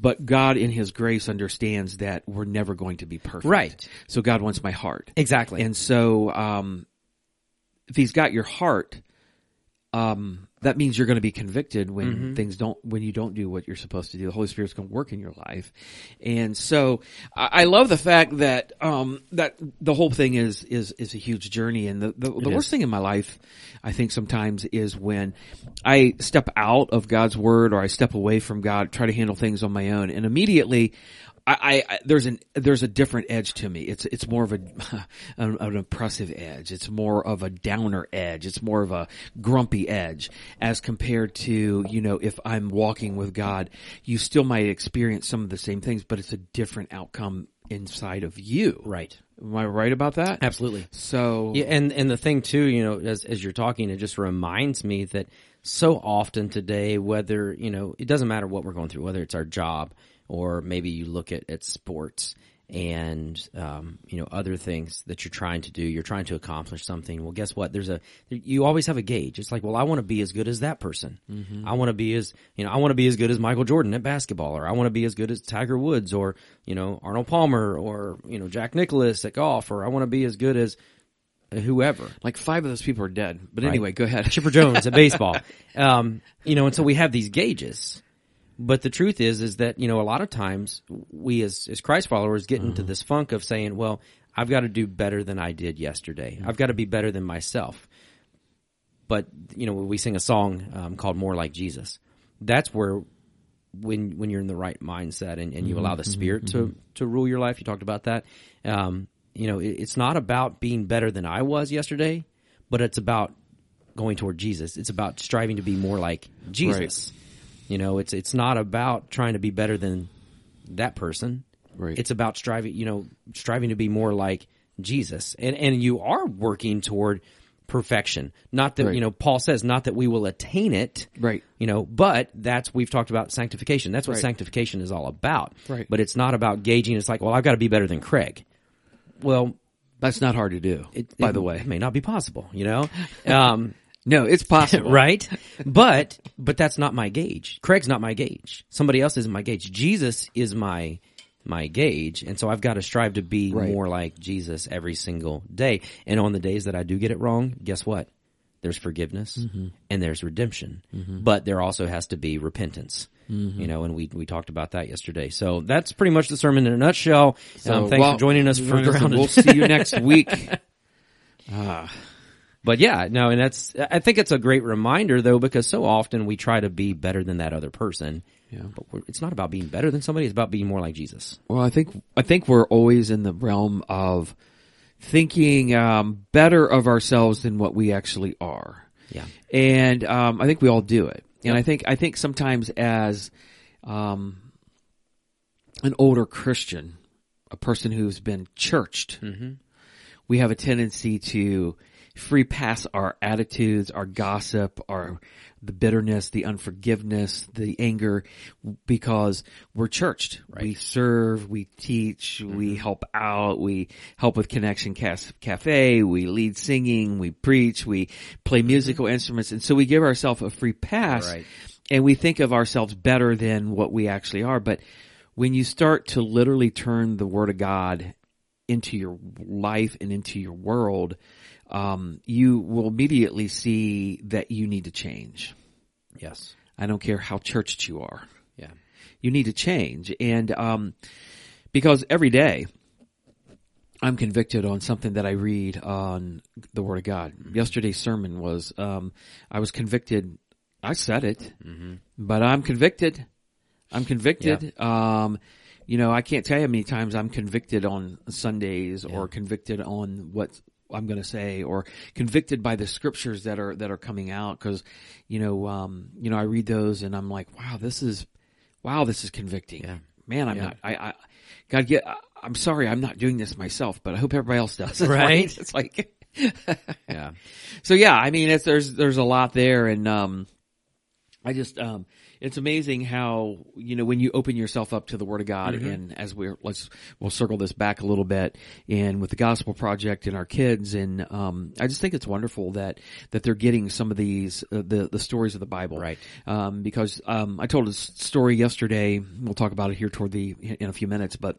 Speaker 1: But God in His grace understands that we're never going to be perfect.
Speaker 2: Right.
Speaker 1: So God wants my heart.
Speaker 2: Exactly.
Speaker 1: And so, um, if he's got your heart, um, that means you're going to be convicted when things don't, when you don't do what you're supposed to do. The Holy Spirit's going to work in your life. And so I, I love the fact that, um, that the whole thing is, is, is a huge journey. And the, the, the worst thing in my life, I think sometimes is when I step out of God's word or I step away from God, try to handle things on my own and immediately I, I, I there's an there's a different edge to me. It's it's more of a an, an oppressive edge. It's more of a downer edge. It's more of a grumpy edge as compared to you know if I'm walking with God, you still might experience some of the same things, but it's a different outcome inside of you.
Speaker 2: Right.
Speaker 1: Am I right about that?
Speaker 2: Absolutely.
Speaker 1: So
Speaker 2: Yeah, and and the thing too, you know, as as you're talking, it just reminds me that so often today, whether you know, it doesn't matter what we're going through, whether it's our job or maybe you look at at sports and um, you know other things that you're trying to do, you're trying to accomplish something. Well, guess what? There's a you always have a gauge. It's like, well, I want to be as good as that person. I want to be as you know, I want to be as good as Michael Jordan at basketball, or I want to be as good as Tiger Woods, or you know Arnold Palmer, or you know Jack Nicholas at golf, or I want to be as good as whoever.
Speaker 1: like five of those people are dead. But anyway, go ahead.
Speaker 2: Chipper Jones at baseball. Um, you know, and so we have these gauges. But the truth is, is that, you know, a lot of times we as, as Christ followers get
Speaker 1: Mm-hmm.
Speaker 2: into this funk of saying, well, I've got to do better than I did yesterday.
Speaker 1: Mm-hmm.
Speaker 2: I've got to be better than myself. But, you know, we sing a song um, called More Like Jesus. That's where when when you're in the right mindset and, and you allow the spirit to to rule your life you talked about that um you know it, it's not about being better than i was yesterday but it's about going toward jesus it's about striving to be more like jesus you know it's it's not about trying to be better than that person
Speaker 1: Right.
Speaker 2: It's about striving, you know, striving to be more like Jesus. And and you are working toward perfection. Not that,
Speaker 1: Right.
Speaker 2: you know, Paul says not that we will attain it.
Speaker 1: Right.
Speaker 2: You know, but that's we've talked about sanctification. That's what
Speaker 1: Right.
Speaker 2: sanctification is all about.
Speaker 1: Right.
Speaker 2: But it's not about gauging it's like, well, I've got to be better than Craig. Well,
Speaker 1: That's not hard to do,
Speaker 2: it,
Speaker 1: by
Speaker 2: it
Speaker 1: the way.
Speaker 2: may not be possible, you know? Um
Speaker 1: No, it's possible.
Speaker 2: right? But but that's not my gauge. Craig's not my gauge. Somebody else is my gauge. Jesus is my my gauge, and so I've got to strive to be
Speaker 1: Right.
Speaker 2: more like Jesus every single day. And on the days that I do get it wrong, guess what? There's forgiveness and there's redemption, but there also has to be repentance. You know, and we we talked about that yesterday. So that's pretty much the sermon in a nutshell. um, thanks
Speaker 1: well,
Speaker 2: for joining us for
Speaker 1: join us, and
Speaker 2: grounded. Ah.
Speaker 1: We'll see you next week.
Speaker 2: But yeah, no, and that's, I think it's a great reminder though, because so often we try to be better than that other person. Yeah. But we're, it's not about being better than somebody, it's about being more like Jesus.
Speaker 1: Well, I think I think we're always in the realm of thinking um, better of ourselves than what we actually are.
Speaker 2: Yeah.
Speaker 1: and um, I think we all do it. And I think I think sometimes as um, an older Christian, a person who's been churched, we have a tendency to free pass our attitudes, our gossip, our the bitterness, the unforgiveness, the anger, because we're churched. We serve, we teach, we help out, we help with Connection Cas- Cafe, we lead singing, we preach, we play musical instruments, and so we give ourselves a free pass,
Speaker 2: Right.
Speaker 1: and we think of ourselves better than what we actually are. But when you start to literally turn the Word of God into your life and into your world, um, you will immediately see that you need to change.
Speaker 2: Yes.
Speaker 1: I don't care how churched you are.
Speaker 2: Yeah.
Speaker 1: You need to change. And, um, because every day I'm convicted on something that I read on the Word of God. Yesterday's sermon was, um, I was convicted. I said it, but I'm convicted. I'm convicted. Um, you know, I can't tell you how many times I'm convicted on Sundays or convicted on what I'm going to say or convicted by the scriptures that are, that are coming out. Cause, you know, um, you know, I read those and I'm like, wow, this is, wow, this is convicting. Man, I'm not, I, I, God, get, I- I'm sorry, I'm not doing this myself, but I hope everybody else does.
Speaker 2: Right.
Speaker 1: It's like,
Speaker 2: Yeah.
Speaker 1: so yeah, I mean, it's, there's there's a lot there, and um, I just um, it's amazing how you know when you open yourself up to the Word of God, and as we're let's we'll circle this back a little bit, and with the Gospel Project and our kids, and um, I just think it's wonderful that that they're getting some of these uh, the the stories of the Bible,
Speaker 2: Right.
Speaker 1: Um, because um, I told a s- story yesterday. We'll talk about it here toward the in a few minutes, but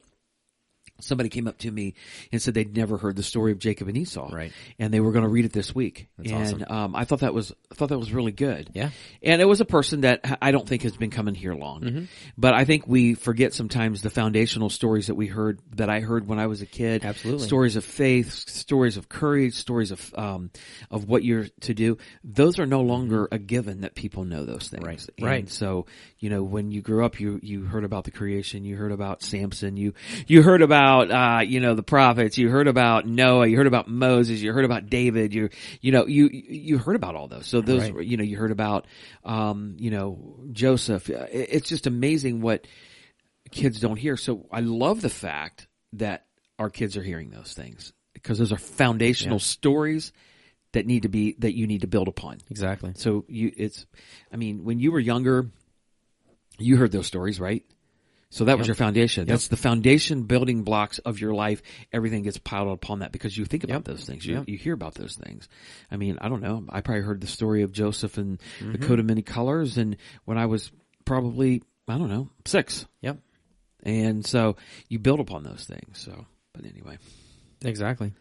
Speaker 1: somebody came up to me and said they'd never heard the story of Jacob and Esau,
Speaker 2: Right.
Speaker 1: And they were going to read it this week. and
Speaker 2: awesome.
Speaker 1: um, I thought that was I thought that was really good.
Speaker 2: Yeah.
Speaker 1: And it was a person that I don't think has been coming here long,
Speaker 2: Mm-hmm.
Speaker 1: but I think we forget sometimes the foundational stories that we heard that I heard when I was a kid.
Speaker 2: Absolutely.
Speaker 1: Stories of faith, s- stories of courage, stories of um, of what you're to do. Those are no longer a given that people know those things.
Speaker 2: Right.
Speaker 1: And
Speaker 2: Right.
Speaker 1: so, you know, when you grew up, you, you heard about the creation, you heard about Samson, you, you heard about, uh, you know, the prophets, you heard about Noah, you heard about Moses, you heard about David, you, you know, you, you heard about all those. So those,
Speaker 2: Right.
Speaker 1: were- you know, you heard about, um, you know, Joseph. Uh, it- It's just amazing what kids don't hear. So I love the fact that our kids are hearing those things because those are foundational stories that need to be, that you need to build upon.
Speaker 2: Exactly.
Speaker 1: So you, it's, I mean, when you were younger, you heard those stories, right? So that was your foundation. That's the foundation building blocks of your life. Everything gets piled upon that because you think about those things. You, you hear about those things. I mean, I don't know. I probably heard the story of Joseph and the
Speaker 2: Mm-hmm.
Speaker 1: coat of many colors. And when I was probably, I don't know, six.
Speaker 2: Yep.
Speaker 1: And so you build upon those things. So, but anyway,
Speaker 2: Exactly.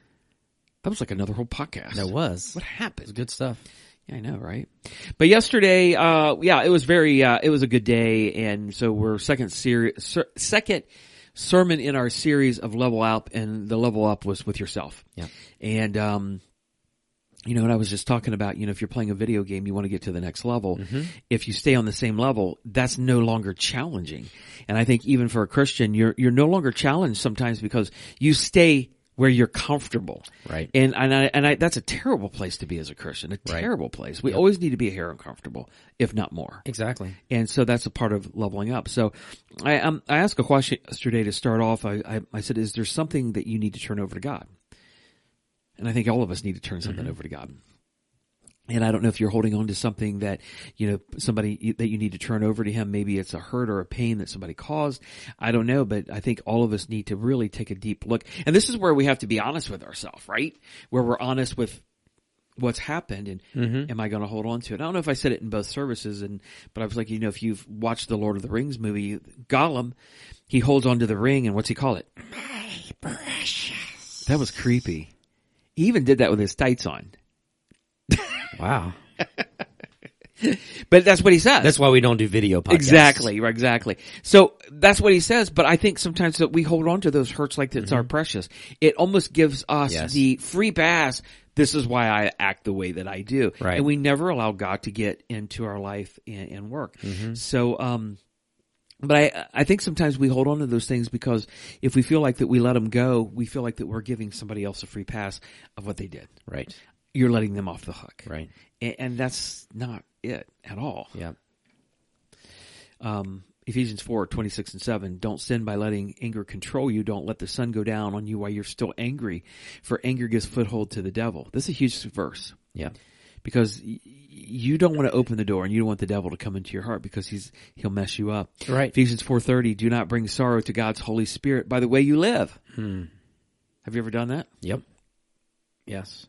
Speaker 1: that was like another whole podcast.
Speaker 2: That was.
Speaker 1: What happened?
Speaker 2: It's good stuff.
Speaker 1: Yeah, I know, right? But yesterday, uh, yeah, it was very, uh, it was a good day, and so we're second series, ser- second sermon in our series of level up, and the level up was with yourself.
Speaker 2: Yeah.
Speaker 1: and um, you know, and I was just talking about, you know, if you're playing a video game, you want to get to the next level.
Speaker 2: Mm-hmm.
Speaker 1: If you stay on the same level, that's no longer challenging. And I think even for a Christian, you're you're no longer challenged sometimes because you stay where you're comfortable.
Speaker 2: Right.
Speaker 1: And and I, and I, that's a terrible place to be as a Christian. A
Speaker 2: Right.
Speaker 1: terrible place. We always need to be a hair uncomfortable, if not more.
Speaker 2: Exactly.
Speaker 1: And so that's a part of leveling up. So I um, I asked a question yesterday to start off. I, I I said, is there something that you need to turn over to God? And I think all of us need to turn something over to God. And I don't know if you're holding on to something that, you know, somebody that you need to turn over to him. Maybe it's a hurt or a pain that somebody caused. I don't know, but I think all of us need to really take a deep look. And this is where we have to be honest with ourselves, right? Where we're honest with what's happened and am I going to hold on to it? I don't know if I said it in both services and, but I was like, you know, if you've watched the Lord of the Rings movie, Gollum, he holds on to the ring and what's he call it? That was creepy. He even did that with his tights on.
Speaker 2: Wow.
Speaker 1: But that's what he says.
Speaker 2: That's why we don't do video podcasts.
Speaker 1: Exactly, right, exactly. So that's what he says, but I think sometimes that we hold on to those hurts like it's our precious. It almost gives us
Speaker 2: Mm-hmm. Yes.
Speaker 1: the free pass. This is why I act the way that I do.
Speaker 2: Right.
Speaker 1: And we never allow God to get into our life and, and work.
Speaker 2: Mm-hmm.
Speaker 1: So, um, but I, I think sometimes we hold on to those things because if we feel like that we let them go, we feel like that we're giving somebody else a free pass of what they did.
Speaker 2: Right.
Speaker 1: You're letting them off the hook.
Speaker 2: Right.
Speaker 1: And, and that's not it at all
Speaker 2: Yeah.
Speaker 1: um, Ephesians 4, 26 and 7, don't sin by letting anger control you. Don't let the sun go down on you while you're still angry, for anger gives foothold to the devil. This is a huge verse
Speaker 2: Yeah.
Speaker 1: because y- you don't want to open the door and you don't want the devil to come into your heart because he's, he'll mess you up.
Speaker 2: Right.
Speaker 1: Ephesians 4.30, do not bring sorrow to God's Holy Spirit by the way you live.
Speaker 2: Hmm.
Speaker 1: Have you ever done that?
Speaker 2: Yep. Yes.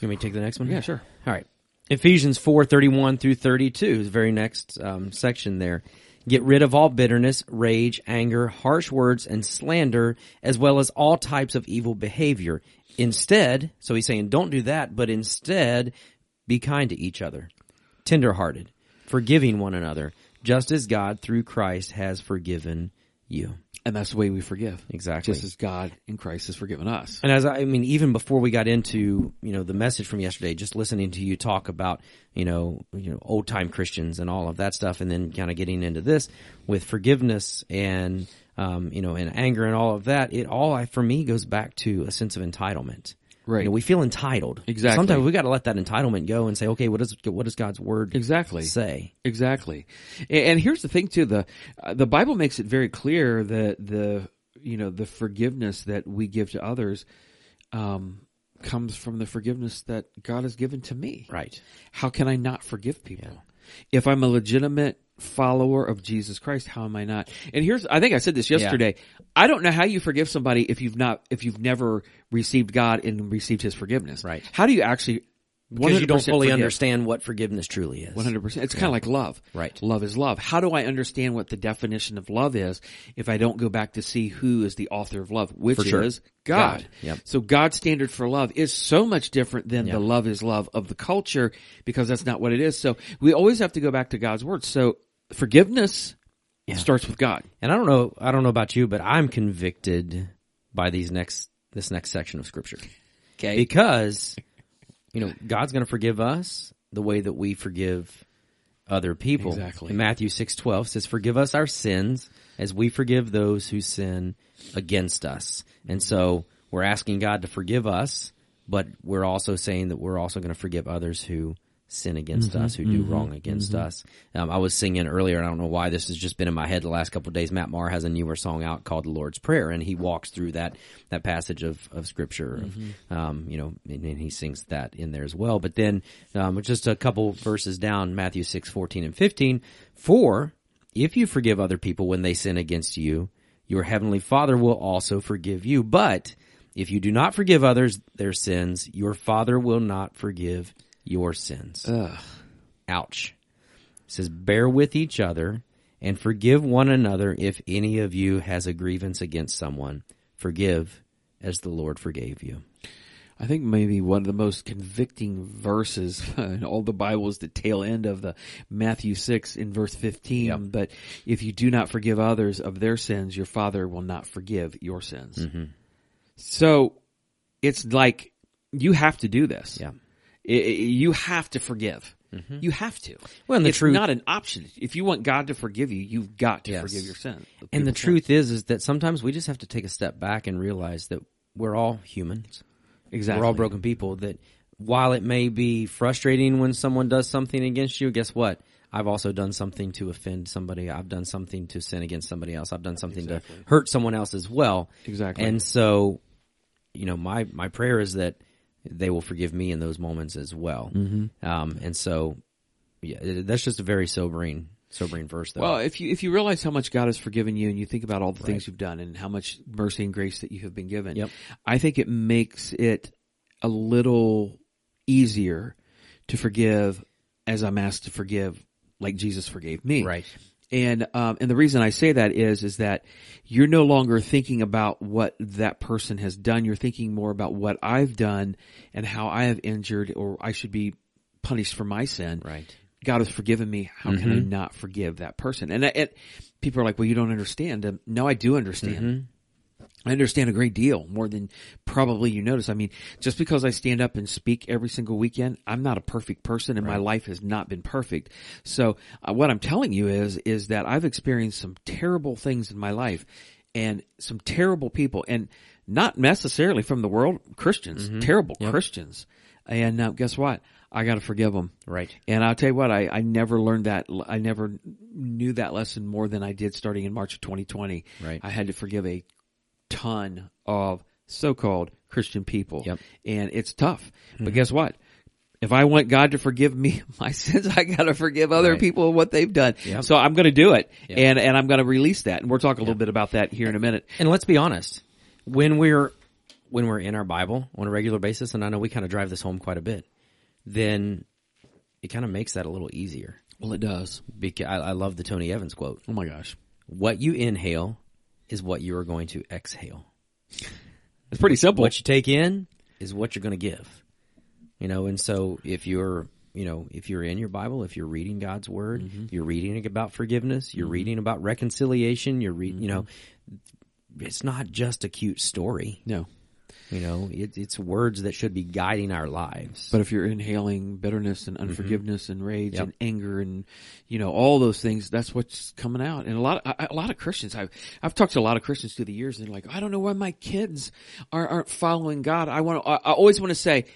Speaker 2: Can we take the next one?
Speaker 1: Yeah, sure.
Speaker 2: All right. Ephesians four thirty one through 32 is the very next um, section there. Get rid of all bitterness, rage, anger, harsh words, and slander, as well as all types of evil behavior. Instead, so he's saying don't do that, but instead be kind to each other, tenderhearted, forgiving one another, just as God through Christ has forgiven you.
Speaker 1: And that's the way we forgive.
Speaker 2: Exactly.
Speaker 1: Just as God in Christ has forgiven us.
Speaker 2: And as I, I mean, even before we got into you know the message from yesterday, just listening to you talk about you know you know old time Christians and all of that stuff, and then kind of getting into this with forgiveness and um, you know and anger and all of that, it all I, for me goes back to a sense of entitlement.
Speaker 1: Right.
Speaker 2: You know, we feel entitled.
Speaker 1: Exactly.
Speaker 2: Sometimes we got to let that entitlement go and say, okay, what does what does God's word
Speaker 1: Exactly.
Speaker 2: say?
Speaker 1: Exactly, A- and here's the thing too the uh, the Bible makes it very clear that the you know the forgiveness that we give to others um, comes from the forgiveness that God has given to me.
Speaker 2: Right.
Speaker 1: How can I not forgive people if I'm a legitimate follower of Jesus Christ? How am I not? And here's I think I said this yesterday. I don't know how you forgive somebody if you've not if you've never received God and received His forgiveness.
Speaker 2: Right.
Speaker 1: How do you actually?
Speaker 2: Because you don't
Speaker 1: 100%
Speaker 2: fully
Speaker 1: forgive?
Speaker 2: understand what forgiveness truly is.
Speaker 1: One hundred percent. It's kind of like love.
Speaker 2: Right.
Speaker 1: Love is love. How do I understand what the definition of love is if I don't go back to see who is the author of love, which
Speaker 2: sure.
Speaker 1: is God?
Speaker 2: God. Yep.
Speaker 1: So God's standard for love is so much different than the love is love of the culture because that's not what it is. So we always have to go back to God's word. So forgiveness starts with God.
Speaker 2: And I don't know, I don't know about you, but I'm convicted by these next this next section of scripture
Speaker 1: Okay.
Speaker 2: because you know God's going to forgive us the way that we forgive other people.
Speaker 1: Exactly.
Speaker 2: In Matthew six twelve says, "Forgive us our sins as we forgive those who sin against us." And so we're asking God to forgive us, but we're also saying that we're also going to forgive others who sin against
Speaker 1: Mm-hmm.
Speaker 2: us, who do wrong against us. Um, I was singing earlier, and I don't know why this has just been in my head the last couple of days. Matt Maher has a newer song out called "The Lord's Prayer," and he walks through that that passage of of scripture, of, um, you know, and, and he sings that in there as well. But then, um, just a couple verses down, Matthew six fourteen and fifteen. For if you forgive other people when they sin against you, your heavenly Father will also forgive you. But if you do not forgive others their sins, your Father will not forgive your sins. Ouch. It says, bear with each other and forgive one another if any of you has a grievance against someone. Forgive as the Lord forgave you.
Speaker 1: I think maybe one of the most convicting verses in all the Bible is the tail end of the Matthew 6 in verse 15. But if you do not forgive others of their sins, your father will not forgive your
Speaker 2: Mm-hmm.
Speaker 1: sins. So it's like you have to do this.
Speaker 2: Yeah. Mm-hmm.
Speaker 1: i- i you have to forgive. You have to.
Speaker 2: Well, and the
Speaker 1: it's
Speaker 2: truth-
Speaker 1: not an option. If you want God to forgive you, you've got to
Speaker 2: Yes.
Speaker 1: forgive your sin.
Speaker 2: And the
Speaker 1: People
Speaker 2: truth is, is that sometimes we just have to take a step back and realize that we're all humans.
Speaker 1: can't. exactly.
Speaker 2: We're all broken people. That while it may be frustrating when someone does something against you, guess what? I've also done something to offend somebody. I've done something to sin against somebody else. I've done something to hurt someone else as well.
Speaker 1: Exactly.
Speaker 2: And so, you know, my my prayer is that they will forgive me in those moments as well. Mm-hmm. Um, and so, yeah, it- that's just a very sobering sobering verse. Though.
Speaker 1: Well, if you if you realize how much God has forgiven you, and you think about all the things you've done, and how much mercy and grace that you have been given,
Speaker 2: Yep.
Speaker 1: I think it makes it a little easier to forgive as I'm asked to forgive, like Jesus forgave me.
Speaker 2: Right.
Speaker 1: And um, and the reason I say that is is that you're no longer thinking about what that person has done. You're thinking more about what I've done and how I have injured or I should be punished for my sin.
Speaker 2: Right.
Speaker 1: God has forgiven me. How can I not forgive that person? And I- it, people are like, well, you don't understand. Um, no, I do understand. I understand a great deal more than probably you notice. I mean, just because I stand up and speak every single weekend, I'm not a perfect person and my life has not been perfect. So uh, what I'm telling you is, is that I've experienced some terrible things in my life and some terrible people and not necessarily from the world, Christians, terrible Christians. And uh, guess what? I got to forgive them.
Speaker 2: Right.
Speaker 1: And I'll tell you what, I, I never learned that. I never knew that lesson more than I did starting in March of 2020.
Speaker 2: Right.
Speaker 1: I had to forgive a ton of so-called Christian people.
Speaker 2: Yep. Mm-hmm.
Speaker 1: And it's tough. But guess what? If I want God to forgive me my sins, I got to forgive other
Speaker 2: Right.
Speaker 1: people what they've done.
Speaker 2: Yep.
Speaker 1: So I'm going to do it
Speaker 2: Yep.
Speaker 1: and, and I'm going to release that. And we'll talk a little bit about that here in a minute.
Speaker 2: and let's be honest when we're when we're in our bible on a regular basis and i know we kind of drive this home quite a bit then it kind of makes that a little easier
Speaker 1: Well, it does.
Speaker 2: because I, I love the tony evans quote
Speaker 1: Oh my gosh.
Speaker 2: what you inhale is what you are going to exhale
Speaker 1: It's pretty simple.
Speaker 2: what you take in is what you're going to give you know and so if you're you know if you're in your bible if you're reading god's word
Speaker 1: Mm-hmm.
Speaker 2: you're reading about forgiveness you're reading about reconciliation you're reading you know
Speaker 1: Mm-hmm.
Speaker 2: it's not just a cute story
Speaker 1: no.
Speaker 2: You know, it, it's words that should be guiding our lives.
Speaker 1: But if you're inhaling bitterness and unforgiveness and rage
Speaker 2: Mm-hmm. Yep.
Speaker 1: and anger and you know all those things, that's what's coming out. And a lot, of, I- a lot of Christians, I've I've talked to a lot of Christians through the years, and they're like, I don't know why my kids are, aren't following God. I want, to, I, I always want to say.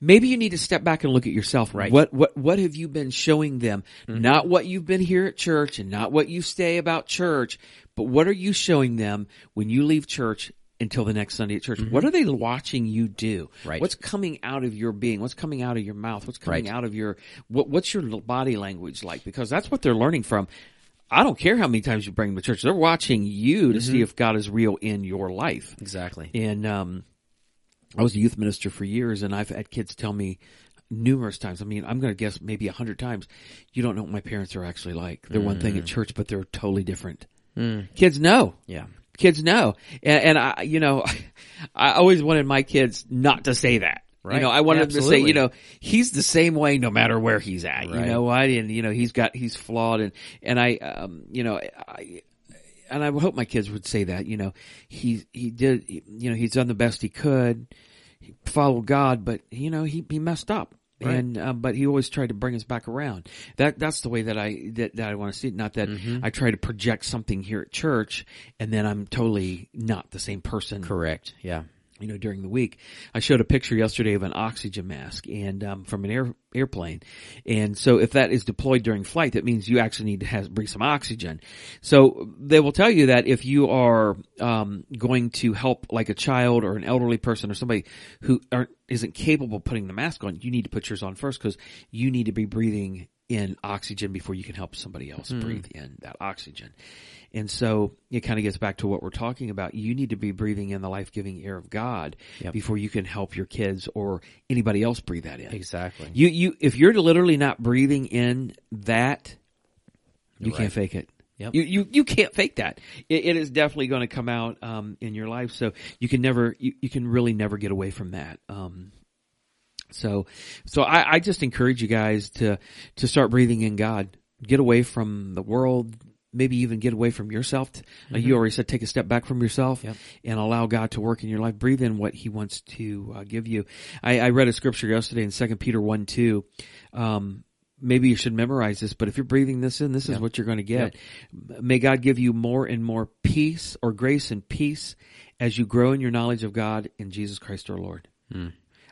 Speaker 1: Maybe you need to step back and look at yourself.
Speaker 2: Right. Mm-hmm.
Speaker 1: What what what have you been showing them? Not what you've been here at church and not what you say about church, but what are you showing them when you leave church until the next Sunday at church? What are they watching you do?
Speaker 2: Mm-hmm. Right.
Speaker 1: What's coming out of your being? What's coming out of your mouth? What's coming
Speaker 2: Right.
Speaker 1: out of your what, what's your l- body language like? Because that's what they're learning from. I don't care how many times you bring them to church; they're watching you to see if God is real in your life.
Speaker 2: exactly.
Speaker 1: And um, I was a youth minister for years, and I've had kids tell me numerous times. I mean, I'm going to guess maybe a hundred times. You don't know what my parents are actually like. They're one thing at church, but they're totally different. Kids know
Speaker 2: Yeah.
Speaker 1: kids know. And, and I, you know, I always wanted my kids not to say that. You
Speaker 2: Right.
Speaker 1: know, I wanted them to say,
Speaker 2: Absolutely.
Speaker 1: you know, he's the same way no matter where he's at. You
Speaker 2: Right.
Speaker 1: know what? And you know, he's got, he's flawed and, and I, um, you know, I, and I would hope my kids would say that, you know, he, he did, you know, he's done the best he could, he followed God, but you know, he, he messed up.
Speaker 2: Right.
Speaker 1: And, uh, but he always tried to bring us back around. That, that's the way that I, that, that I want to see it. Not that
Speaker 2: Mm-hmm.
Speaker 1: I try to project something here at church and then I'm totally not the same person
Speaker 2: Correct. Yeah.
Speaker 1: you know, during the week. I showed a picture yesterday of an oxygen mask and um, from an air, airplane, and so if that is deployed during flight, that means you actually need to has, bring some oxygen. So they will tell you that if you are um, going to help like a child or an elderly person or somebody who aren't, isn't capable of putting the mask on, you need to put yours on first because you need to be breathing in oxygen before you can help somebody else
Speaker 2: Hmm.
Speaker 1: breathe in that oxygen. And so it kind of gets back to what we're talking about. You need to be breathing in the life giving air of God
Speaker 2: Yep.
Speaker 1: before you can help your kids or anybody else breathe that in.
Speaker 2: Exactly.
Speaker 1: You, you, if you're literally not breathing in that, you
Speaker 2: Right.
Speaker 1: can't fake it.
Speaker 2: Yep.
Speaker 1: You, you, you can't fake that. It, it is definitely going to come out, um, in your life. So you can never, you, you can really never get away from that. Um, so, so I, I just encourage you guys to, to start breathing in God. Get away from the world, maybe even get away from yourself. T- uh, you already said take a step back from yourself
Speaker 2: Yep.
Speaker 1: and allow God to work in your life. Breathe in what He wants to uh, give you. I, I read a scripture yesterday in Second Peter one two. Um, maybe you should memorize this, but if you're breathing this in, this is what you're going to get. M- May God give you more and more peace or grace and peace as you grow in your knowledge of God and Jesus Christ our Lord.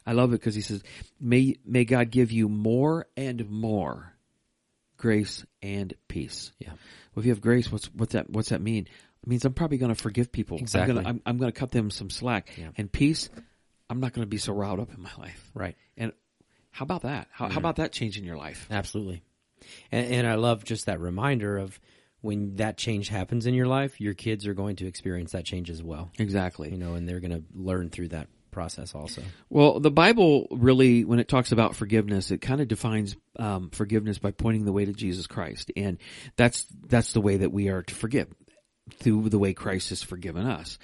Speaker 1: I love it because he says, "May may God give you more and more grace and peace."
Speaker 2: Yeah.
Speaker 1: Well, if you have grace, what's what's that? What's that mean? It means I'm probably going to forgive people.
Speaker 2: Exactly.
Speaker 1: I'm going to, I'm, I'm going to cut them some slack.
Speaker 2: Yeah.
Speaker 1: And peace, I'm not going to be so riled up in my life.
Speaker 2: Right.
Speaker 1: And how about that? How, how about that change in your life?
Speaker 2: Absolutely. And, and I love just that reminder of when that change happens in your life, your kids are going to experience that change as well.
Speaker 1: Exactly.
Speaker 2: You know, and they're going to learn through that process also.
Speaker 1: Well, the Bible really, when it talks about forgiveness, it kind of defines um, forgiveness by pointing the way to Jesus Christ, and that's that's the way that we are to forgive through the way Christ has forgiven us.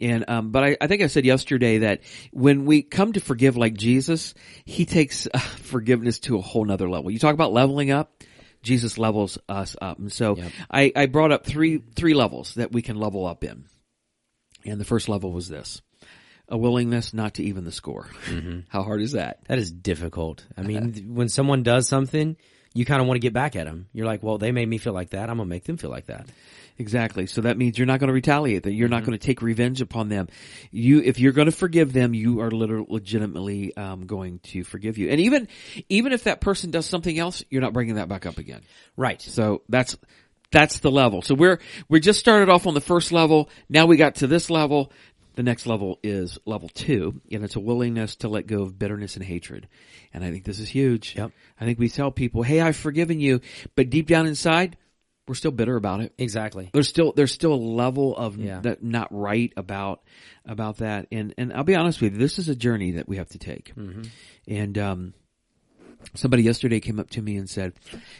Speaker 1: And um, but I, I think I said yesterday that when we come to forgive like Jesus, He takes uh, forgiveness to a whole nother level. You talk about leveling up. Jesus levels us up. And so
Speaker 2: Yep.
Speaker 1: I, I brought up three, three levels that we can level up in. And the first level was this a willingness not to even the score. How hard is that?
Speaker 2: That is difficult. I mean, th- when someone does something, you kind of want to get back at them. You're like, well, they made me feel like that. I'm going to make them feel like that.
Speaker 1: Exactly. So that means you're not going to retaliate, that you're not going to take revenge upon them. You, if you're going to forgive them, you are literally, legitimately, um, going to forgive you. And even, even if that person does something else, you're not bringing that back up again.
Speaker 2: Right.
Speaker 1: So that's, that's the level. So we're, we just started off on the first level. Now we got to this level. The next level is level two, and it's a willingness to let go of bitterness and hatred. And I think this is huge.
Speaker 2: Yep.
Speaker 1: I think we tell people, hey, I've forgiven you, but deep down inside, we're still bitter about it
Speaker 2: Exactly.
Speaker 1: there's still there's still a level of
Speaker 2: Yeah.
Speaker 1: that not right about about that and and I'll be honest with you this is a journey that we have to take and um somebody yesterday came up to me and said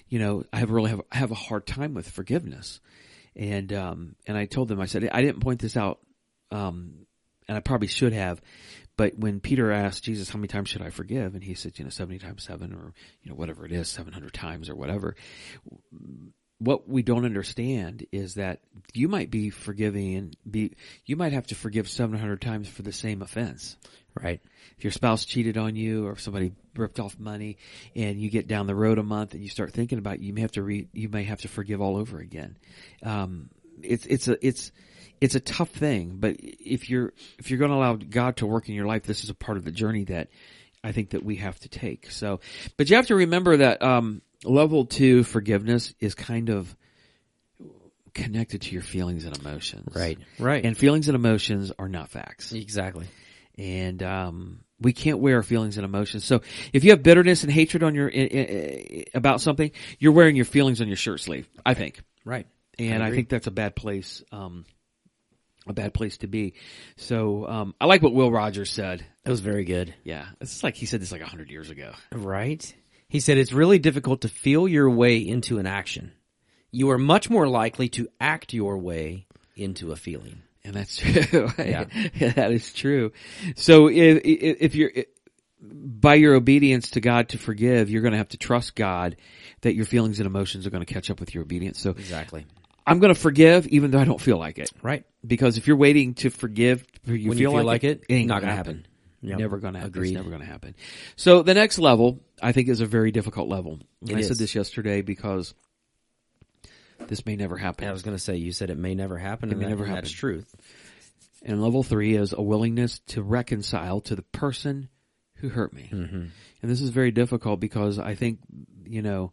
Speaker 1: you know I have really have I have a hard time with forgiveness and um and I told them I said I didn't point this out um and I probably should have but when Peter asked Jesus how many times should I forgive and he said you know 70 times 7 or you know whatever it is 700 times or whatever what we don't understand is that you might be forgiving and be you might have to forgive 700 times for the same offense
Speaker 2: Right.
Speaker 1: if your spouse cheated on you or if somebody ripped off money and you get down the road a month and you start thinking about it, you may have to re, you may have to forgive all over again um it's it's a it's it's a tough thing but if you're if you're going to allow god to work in your life this is a part of the journey that i think that we have to take so but you have to remember that um level 2 forgiveness is kind of connected to your feelings and emotions
Speaker 2: Right. Right.
Speaker 1: and feelings and emotions are not facts
Speaker 2: exactly.
Speaker 1: and um, we can't wear our feelings and emotions. So if you have bitterness and hatred on your i- i- i- about something, you're wearing your feelings on your shirt sleeve. I think,
Speaker 2: Right.
Speaker 1: and I,
Speaker 2: agree.
Speaker 1: think that's a bad place, um, a bad place to be. So um, I like what Will Rogers said.
Speaker 2: That was very good.
Speaker 1: Yeah, it's like he said this like hundred years ago.
Speaker 2: Right. He said it's really difficult to feel your way into an action. You are much more likely to act your way into a feeling.
Speaker 1: And that's true. that is true. So if, if if you're, by your obedience to God to forgive, you're going to have to trust God that your feelings and emotions are going to catch up with your obedience. So
Speaker 2: Exactly.
Speaker 1: I'm going to forgive even though I don't feel like it.
Speaker 2: Right.
Speaker 1: Because if you're waiting to forgive, you,
Speaker 2: When you
Speaker 1: feel,
Speaker 2: feel
Speaker 1: like,
Speaker 2: like it,
Speaker 1: it ain't
Speaker 2: not
Speaker 1: gonna
Speaker 2: gonna
Speaker 1: happen.
Speaker 2: happen. Yep.
Speaker 1: Never going to happen.
Speaker 2: Agreed.
Speaker 1: It's never going to happen. So the next level, I think, is a very difficult level. And
Speaker 2: It
Speaker 1: I
Speaker 2: is.
Speaker 1: said this yesterday because this may never happen.
Speaker 2: I was going to say, you said it may never happen. It
Speaker 1: may never
Speaker 2: That's
Speaker 1: happen.
Speaker 2: truth.
Speaker 1: And level three is a willingness to reconcile to the person who hurt me.
Speaker 2: Mm-hmm.
Speaker 1: And this is very difficult because I think, you know,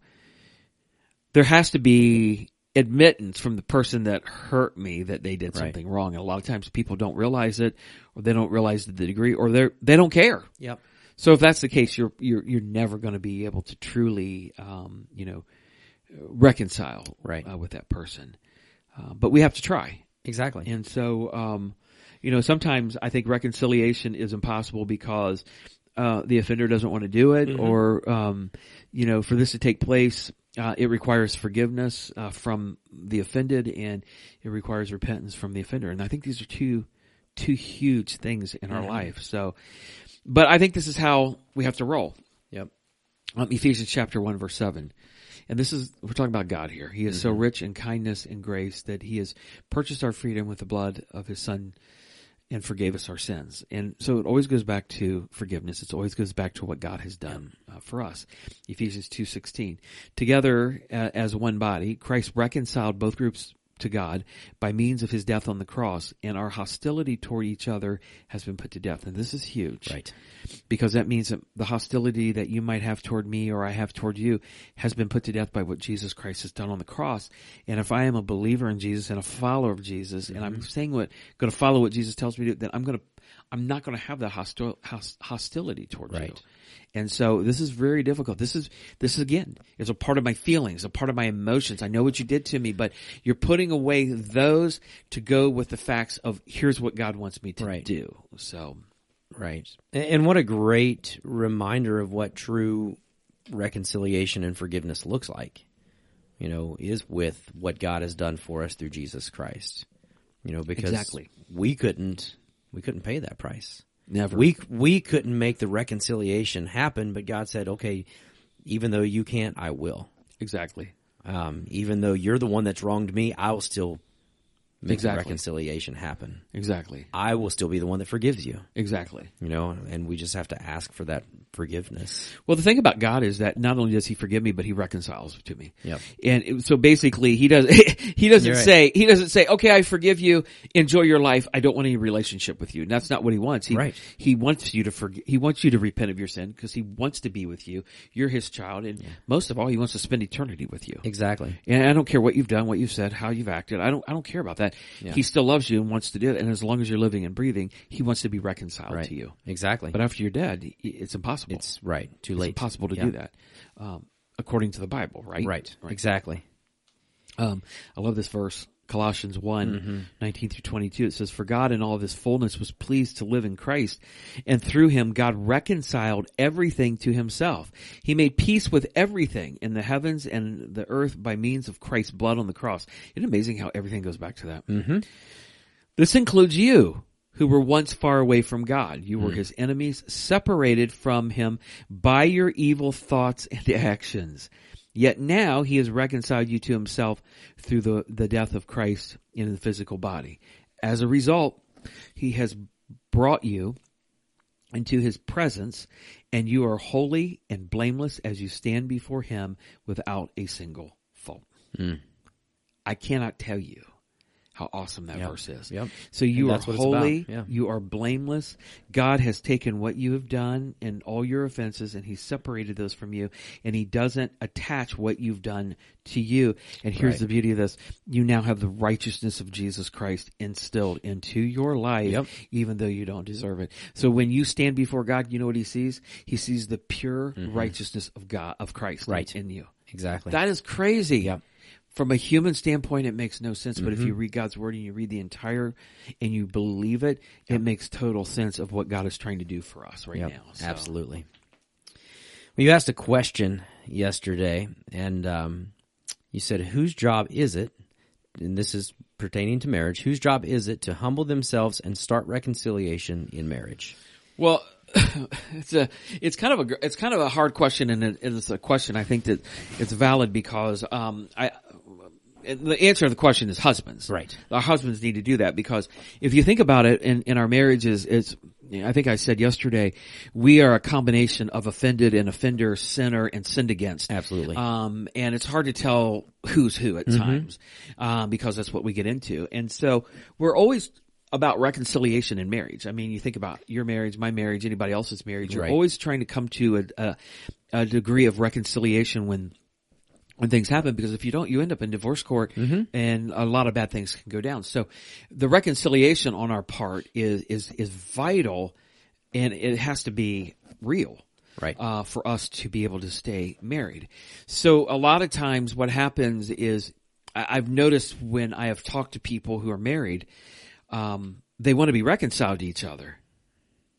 Speaker 1: there has to be admittance from the person that hurt me that they did
Speaker 2: Right.
Speaker 1: something wrong. And a lot of times people don't realize it or they don't realize the degree or they're, they don't care.
Speaker 2: Yep.
Speaker 1: So if that's the case, you're, you're, you're never going to be able to truly, um, you know, reconcile
Speaker 2: Right.
Speaker 1: uh, with that person. Uh, but we have to try.
Speaker 2: Exactly.
Speaker 1: And so, um, you know, sometimes I think reconciliation is impossible because uh, the offender doesn't want to do it, or um, you know, for this to take place, uh, it requires forgiveness uh, from the offended, and it requires repentance from the offender. And I think these are two two huge things in our life. So, but I think this is how we have to roll
Speaker 2: Yep.
Speaker 1: um, Ephesians chapter 1 verse 7. And this is, we're talking about God here. He is so rich in kindness and grace that he has purchased our freedom with the blood of his son and forgave us our sins. And so it always goes back to forgiveness. It always goes back to what God has done uh, for us. Ephesians 2:16. Together uh, as one body, Christ reconciled both groups to God by means of his death on the cross and our hostility toward each other has been put to death. And this is huge.
Speaker 2: Right.
Speaker 1: Because that means that the hostility that you might have toward me or I have toward you has been put to death by what Jesus Christ has done on the cross. And if I am a believer in Jesus and a follower of Jesus and
Speaker 2: Mm-hmm.
Speaker 1: I'm saying what, going to follow what Jesus tells me to, then I'm going to, I'm not going to have that hostil, hos, hostility toward you.
Speaker 2: Right.
Speaker 1: And so this is very difficult. This is, this again is a part of my feelings, a part of my emotions. I know what you did to me, but you're putting away those to go with the facts of here's what God wants me to
Speaker 2: Right.
Speaker 1: do. So
Speaker 2: Right. And, and what a great reminder of what true reconciliation and forgiveness looks like, you know, is with what God has done for us through Jesus Christ. You know, because
Speaker 1: Exactly.
Speaker 2: we couldn't, we couldn't pay that price.
Speaker 1: never.
Speaker 2: We, we couldn't make the reconciliation happen, but God said, okay, even though you can't, I will.
Speaker 1: Exactly.
Speaker 2: Um, even though you're the one that's wronged me, I will still make
Speaker 1: Exactly.
Speaker 2: the reconciliation happen.
Speaker 1: Exactly.
Speaker 2: I will still be the one that forgives you
Speaker 1: Exactly.
Speaker 2: you know, and we just have to ask for that forgiveness.
Speaker 1: Well, the thing about God is that not only does He forgive me, but He reconciles to me.
Speaker 2: Yep.
Speaker 1: And it, so basically, He does. he doesn't
Speaker 2: You're right.
Speaker 1: say. He doesn't say, "Okay, I forgive you. Enjoy your life. I don't want any relationship with you." And that's not what He wants. He,
Speaker 2: Right.
Speaker 1: He wants you to forgive. He wants you to repent of your sin because He wants to be with you. You're His child, and most of all, He wants to spend eternity with you.
Speaker 2: Exactly.
Speaker 1: And I don't care what you've done, what you've said, how you've acted. I don't, I don't care about that. He still loves you and wants to do it. And as long as you're living and breathing, he wants to be reconciled
Speaker 2: Right.
Speaker 1: to you.
Speaker 2: Exactly.
Speaker 1: But after you're dead, i- it's impossible.
Speaker 2: it's right. Too late.
Speaker 1: impossible to
Speaker 2: Yeah.
Speaker 1: do that. Um, according to the Bible, right?
Speaker 2: Right. Exactly.
Speaker 1: Um, I love this verse, Colossians 1,
Speaker 2: Mm-hmm.
Speaker 1: 19 through 22. It says, For God in all of his fullness was pleased to live in Christ, and through him God reconciled everything to himself. He made peace with everything in the heavens and the earth by means of Christ's blood on the cross. Isn't it amazing how everything goes back to that?
Speaker 2: Mm-hmm.
Speaker 1: This includes you, who were once far away from God. You were his enemies, separated from him by your evil thoughts and actions. Yet now he has reconciled you to himself through the, the death of Christ in the physical body. As a result, he has brought you into his presence, and you are holy and blameless as you stand before him without a single fault.
Speaker 2: Hmm.
Speaker 1: I cannot tell you how awesome that
Speaker 2: Yep.
Speaker 1: verse is.
Speaker 2: Yep.
Speaker 1: So you
Speaker 2: And
Speaker 1: are
Speaker 2: that's what it's about.
Speaker 1: holy,
Speaker 2: Yeah.
Speaker 1: you are blameless. God has taken what you have done and all your offenses and he separated those from you and he doesn't attach what you've done to you. And here's
Speaker 2: Right.
Speaker 1: the beauty of this. You now have the righteousness of Jesus Christ instilled into your life
Speaker 2: Yep.
Speaker 1: even though you don't deserve it. So when you stand before God, you know what he sees? He sees the pure righteousness of God of Christ
Speaker 2: Mm-hmm. Right.
Speaker 1: in you.
Speaker 2: Exactly.
Speaker 1: That is crazy. From a human standpoint, it makes no sense. But if
Speaker 2: Mm-hmm.
Speaker 1: you read God's word and you read the entire and you believe it, it makes total sense of what God is trying to do for us right
Speaker 2: Yep.
Speaker 1: now. So,
Speaker 2: Absolutely. Well, you asked a question yesterday, and um, you said, "Whose job is it?" And this is pertaining to marriage. Whose job is it to humble themselves and start reconciliation in marriage?
Speaker 1: Well, it's a, it's kind of a, gr- it's kind of a hard question, and it, it's a question I think that it's valid because um, I, and the answer to the question is husbands.
Speaker 2: Right.
Speaker 1: Our husbands need to do that because if you think about it, in, in our marriages, it's, I think I said yesterday, we are a combination of offended and offender, sinner and sinned against.
Speaker 2: Absolutely. Mm-hmm.
Speaker 1: Um, and it's hard to tell who's who at times, um, because that's what we get into. And so we're always about reconciliation in marriage. I mean, you think about your marriage, my marriage, anybody else's marriage, you're
Speaker 2: Right.
Speaker 1: always trying to come to a, a, a degree of reconciliation when when things happen because if you don't, you end up in divorce court
Speaker 2: Mm-hmm.
Speaker 1: and a lot of bad things can go down. So the reconciliation on our part is, is, is vital and it has to be real.
Speaker 2: Right.
Speaker 1: Uh, for us to be able to stay married. So a lot of times what happens is I, I've noticed when I have talked to people who are married, um, they want to be reconciled to each other,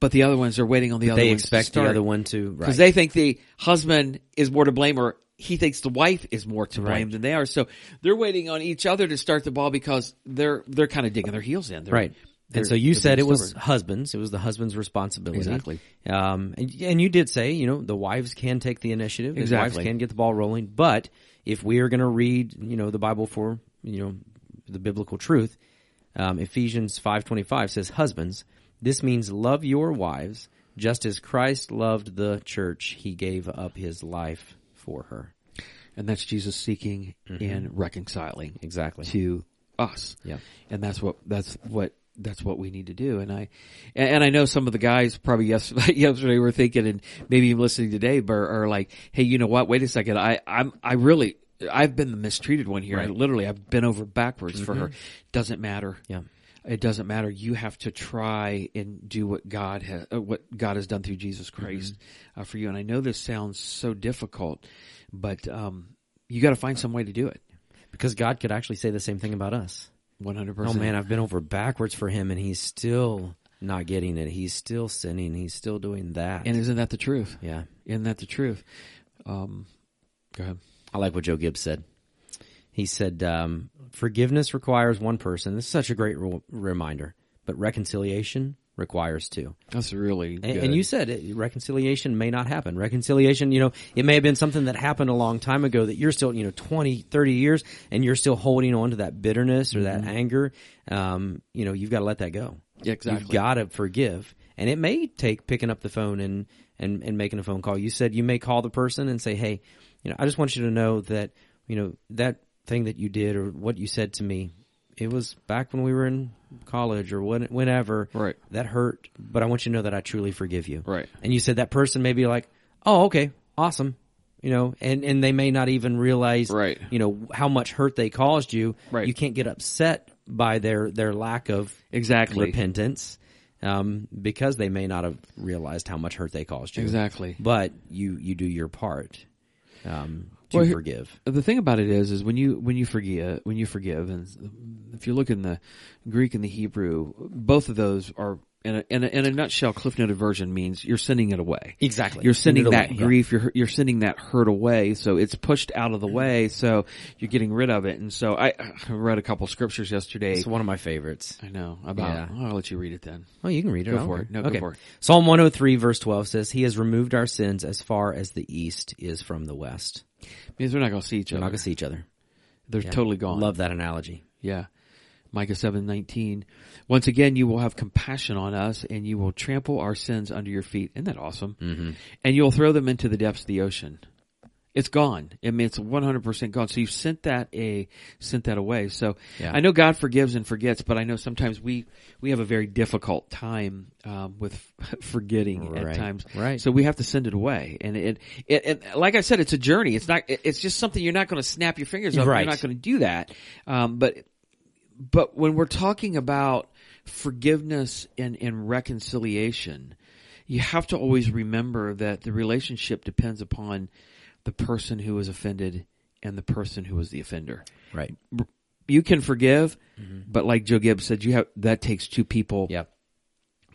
Speaker 1: but the other ones are waiting on the other
Speaker 2: They
Speaker 1: ones to
Speaker 2: expect the
Speaker 1: start
Speaker 2: other one to right.
Speaker 1: because they think the husband is more to blame or he thinks the wife is more to blame than they are. So they're waiting on each other to start the ball because they're they're kind of digging their heels in. They're,
Speaker 2: Right. And so
Speaker 1: They're-
Speaker 2: you
Speaker 1: they're
Speaker 2: said it
Speaker 1: being
Speaker 2: was
Speaker 1: stubborn.
Speaker 2: husbands. It was the husband's responsibility.
Speaker 1: Exactly.
Speaker 2: Um, and, and you did say, you know, the wives can take the initiative. The
Speaker 1: Exactly.
Speaker 2: wives can get the ball rolling. But if we are going to read, you know, the Bible for, you know, the biblical truth, um, Ephesians 5.25 says, husbands, this means love your wives just as Christ loved the church. He gave up his life for her.
Speaker 1: and that's Jesus seeking and reconciling
Speaker 2: Exactly.
Speaker 1: to us.
Speaker 2: Yeah.
Speaker 1: and that's what that's what that's what we need to do. And I and, and I know some of the guys probably yesterday, yesterday were thinking, and maybe even listening today, but are like, hey, you know what? Wait a second, I I'm I really. I've been the mistreated one here. I literally, I've been over backwards for her. Doesn't matter.
Speaker 2: Yeah.
Speaker 1: It doesn't matter. You have to try and do what God has, uh, what God has done through Jesus
Speaker 2: Mm-hmm.
Speaker 1: Christ uh, for you. And I know this sounds so difficult, but um, you got to find some way to do it.
Speaker 2: Because God could actually say the same thing about us.
Speaker 1: One hundred
Speaker 2: Oh
Speaker 1: percent.
Speaker 2: man, I've been over backwards for him and he's still not getting it. He's still sinning. He's still doing that.
Speaker 1: And isn't that the truth?
Speaker 2: yeah.
Speaker 1: Isn't that the truth? Um, go ahead.
Speaker 2: I like what Joe Gibbs said. He said, um, forgiveness requires one person. This is such a great re- reminder, but reconciliation requires two.
Speaker 1: That's really
Speaker 2: And, and you said it, reconciliation may not happen. Reconciliation, you know, it may have been something that happened a long time ago that you're still, you know, 20, 30 years and you're still holding on to that bitterness or that anger. Um, you know, you've got to let that go.
Speaker 1: Yeah, exactly.
Speaker 2: You've got to forgive. And it may take picking up the phone and, and, and making a phone call. You said you may call the person and say, Hey, you know, I just want you to know that, you know, that thing that you did or what you said to me, it was back when we were in college or when, whenever.
Speaker 1: Right.
Speaker 2: That hurt, but I want you to know that I truly forgive you.
Speaker 1: Right.
Speaker 2: And you said that person may be like, Oh, okay. Awesome. You know, and, and they may not even realize,
Speaker 1: Right.
Speaker 2: you know, how much hurt they caused you.
Speaker 1: Right.
Speaker 2: You can't get upset by their, their lack of
Speaker 1: exactly,
Speaker 2: repentance um, because they may not have realized how much hurt they caused you.
Speaker 1: exactly.
Speaker 2: But you you do your part um, to
Speaker 1: Well, he-
Speaker 2: forgive.
Speaker 1: The thing about it is, is when you when you forgive, when you forgive, and if you look in the Greek and the Hebrew, both of those are in a, in a, in a nutshell. Cliff noted version means you're sending it away.
Speaker 2: Exactly.
Speaker 1: You're
Speaker 2: Send it
Speaker 1: sending that
Speaker 2: away, yeah.
Speaker 1: grief. You're you're sending that hurt away. So it's pushed out
Speaker 2: Mm-hmm.
Speaker 1: of the way. So you're getting rid of it. And so I, I read a couple scriptures yesterday.
Speaker 2: It's one of my favorites.
Speaker 1: I know about.
Speaker 2: Yeah.
Speaker 1: I'll let you read it then.
Speaker 2: Oh, you can read it.
Speaker 1: Go
Speaker 2: I don't
Speaker 1: for
Speaker 2: care.
Speaker 1: it. No, go
Speaker 2: okay.
Speaker 1: for it.
Speaker 2: Psalm 103 verse 12 says, "He has removed our sins as far as the east is from the west."
Speaker 1: Because we're not going to see each
Speaker 2: We're
Speaker 1: other.
Speaker 2: not gonna see each other.
Speaker 1: They're totally gone.
Speaker 2: Love that analogy.
Speaker 1: Yeah. Micah seven nineteen. Once again, you will have compassion on us and you will trample our sins under your feet. Isn't that awesome? Mm-hmm. And you'll throw them into the depths of the ocean. It's gone. I mean, it's 100% gone. So you've sent that a, sent that away. So
Speaker 2: Yeah.
Speaker 1: I know God forgives and forgets, but I know sometimes we, we have a very difficult time, um, with forgetting
Speaker 2: Right.
Speaker 1: at times.
Speaker 2: Right.
Speaker 1: So we have to send it away. And it, it, and like I said, it's a journey. It's not, it- it's just something you're not going to snap your fingers up.
Speaker 2: Right.
Speaker 1: You're not going to do that. Um, but but when we're talking about forgiveness and, and reconciliation, you have to always remember that the relationship depends upon the person who was offended and the person who was the offender.
Speaker 2: Right.
Speaker 1: You can forgive, but like Joe Gibbs said, you have that takes two people
Speaker 2: Yep.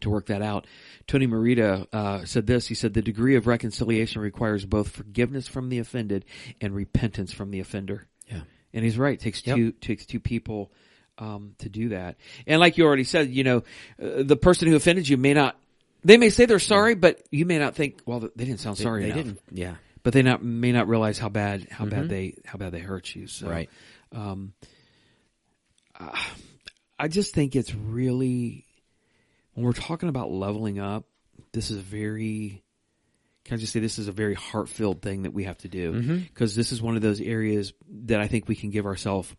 Speaker 1: to work that out. Tony Morita uh, said this. He said the degree of reconciliation requires both forgiveness from the offended and repentance from the offender.
Speaker 2: Yeah.
Speaker 1: And he's right. It takes
Speaker 2: Yep.
Speaker 1: two takes two people um, to do that. And like you already said, you know, uh, the person who offended you may not. They may say they're sorry, but you may not think, well, they didn't sound sorry
Speaker 2: they
Speaker 1: enough.
Speaker 2: didn't. Yeah.
Speaker 1: But they not may not realize how bad how bad they how bad they hurt you. So
Speaker 2: Right.
Speaker 1: Um, I just think it's really when we're talking about leveling up, this is a very can I just say this is a very heart-filled thing that we have to
Speaker 2: Mm-hmm.
Speaker 1: do because this is one of those areas that I think we can give ourselves,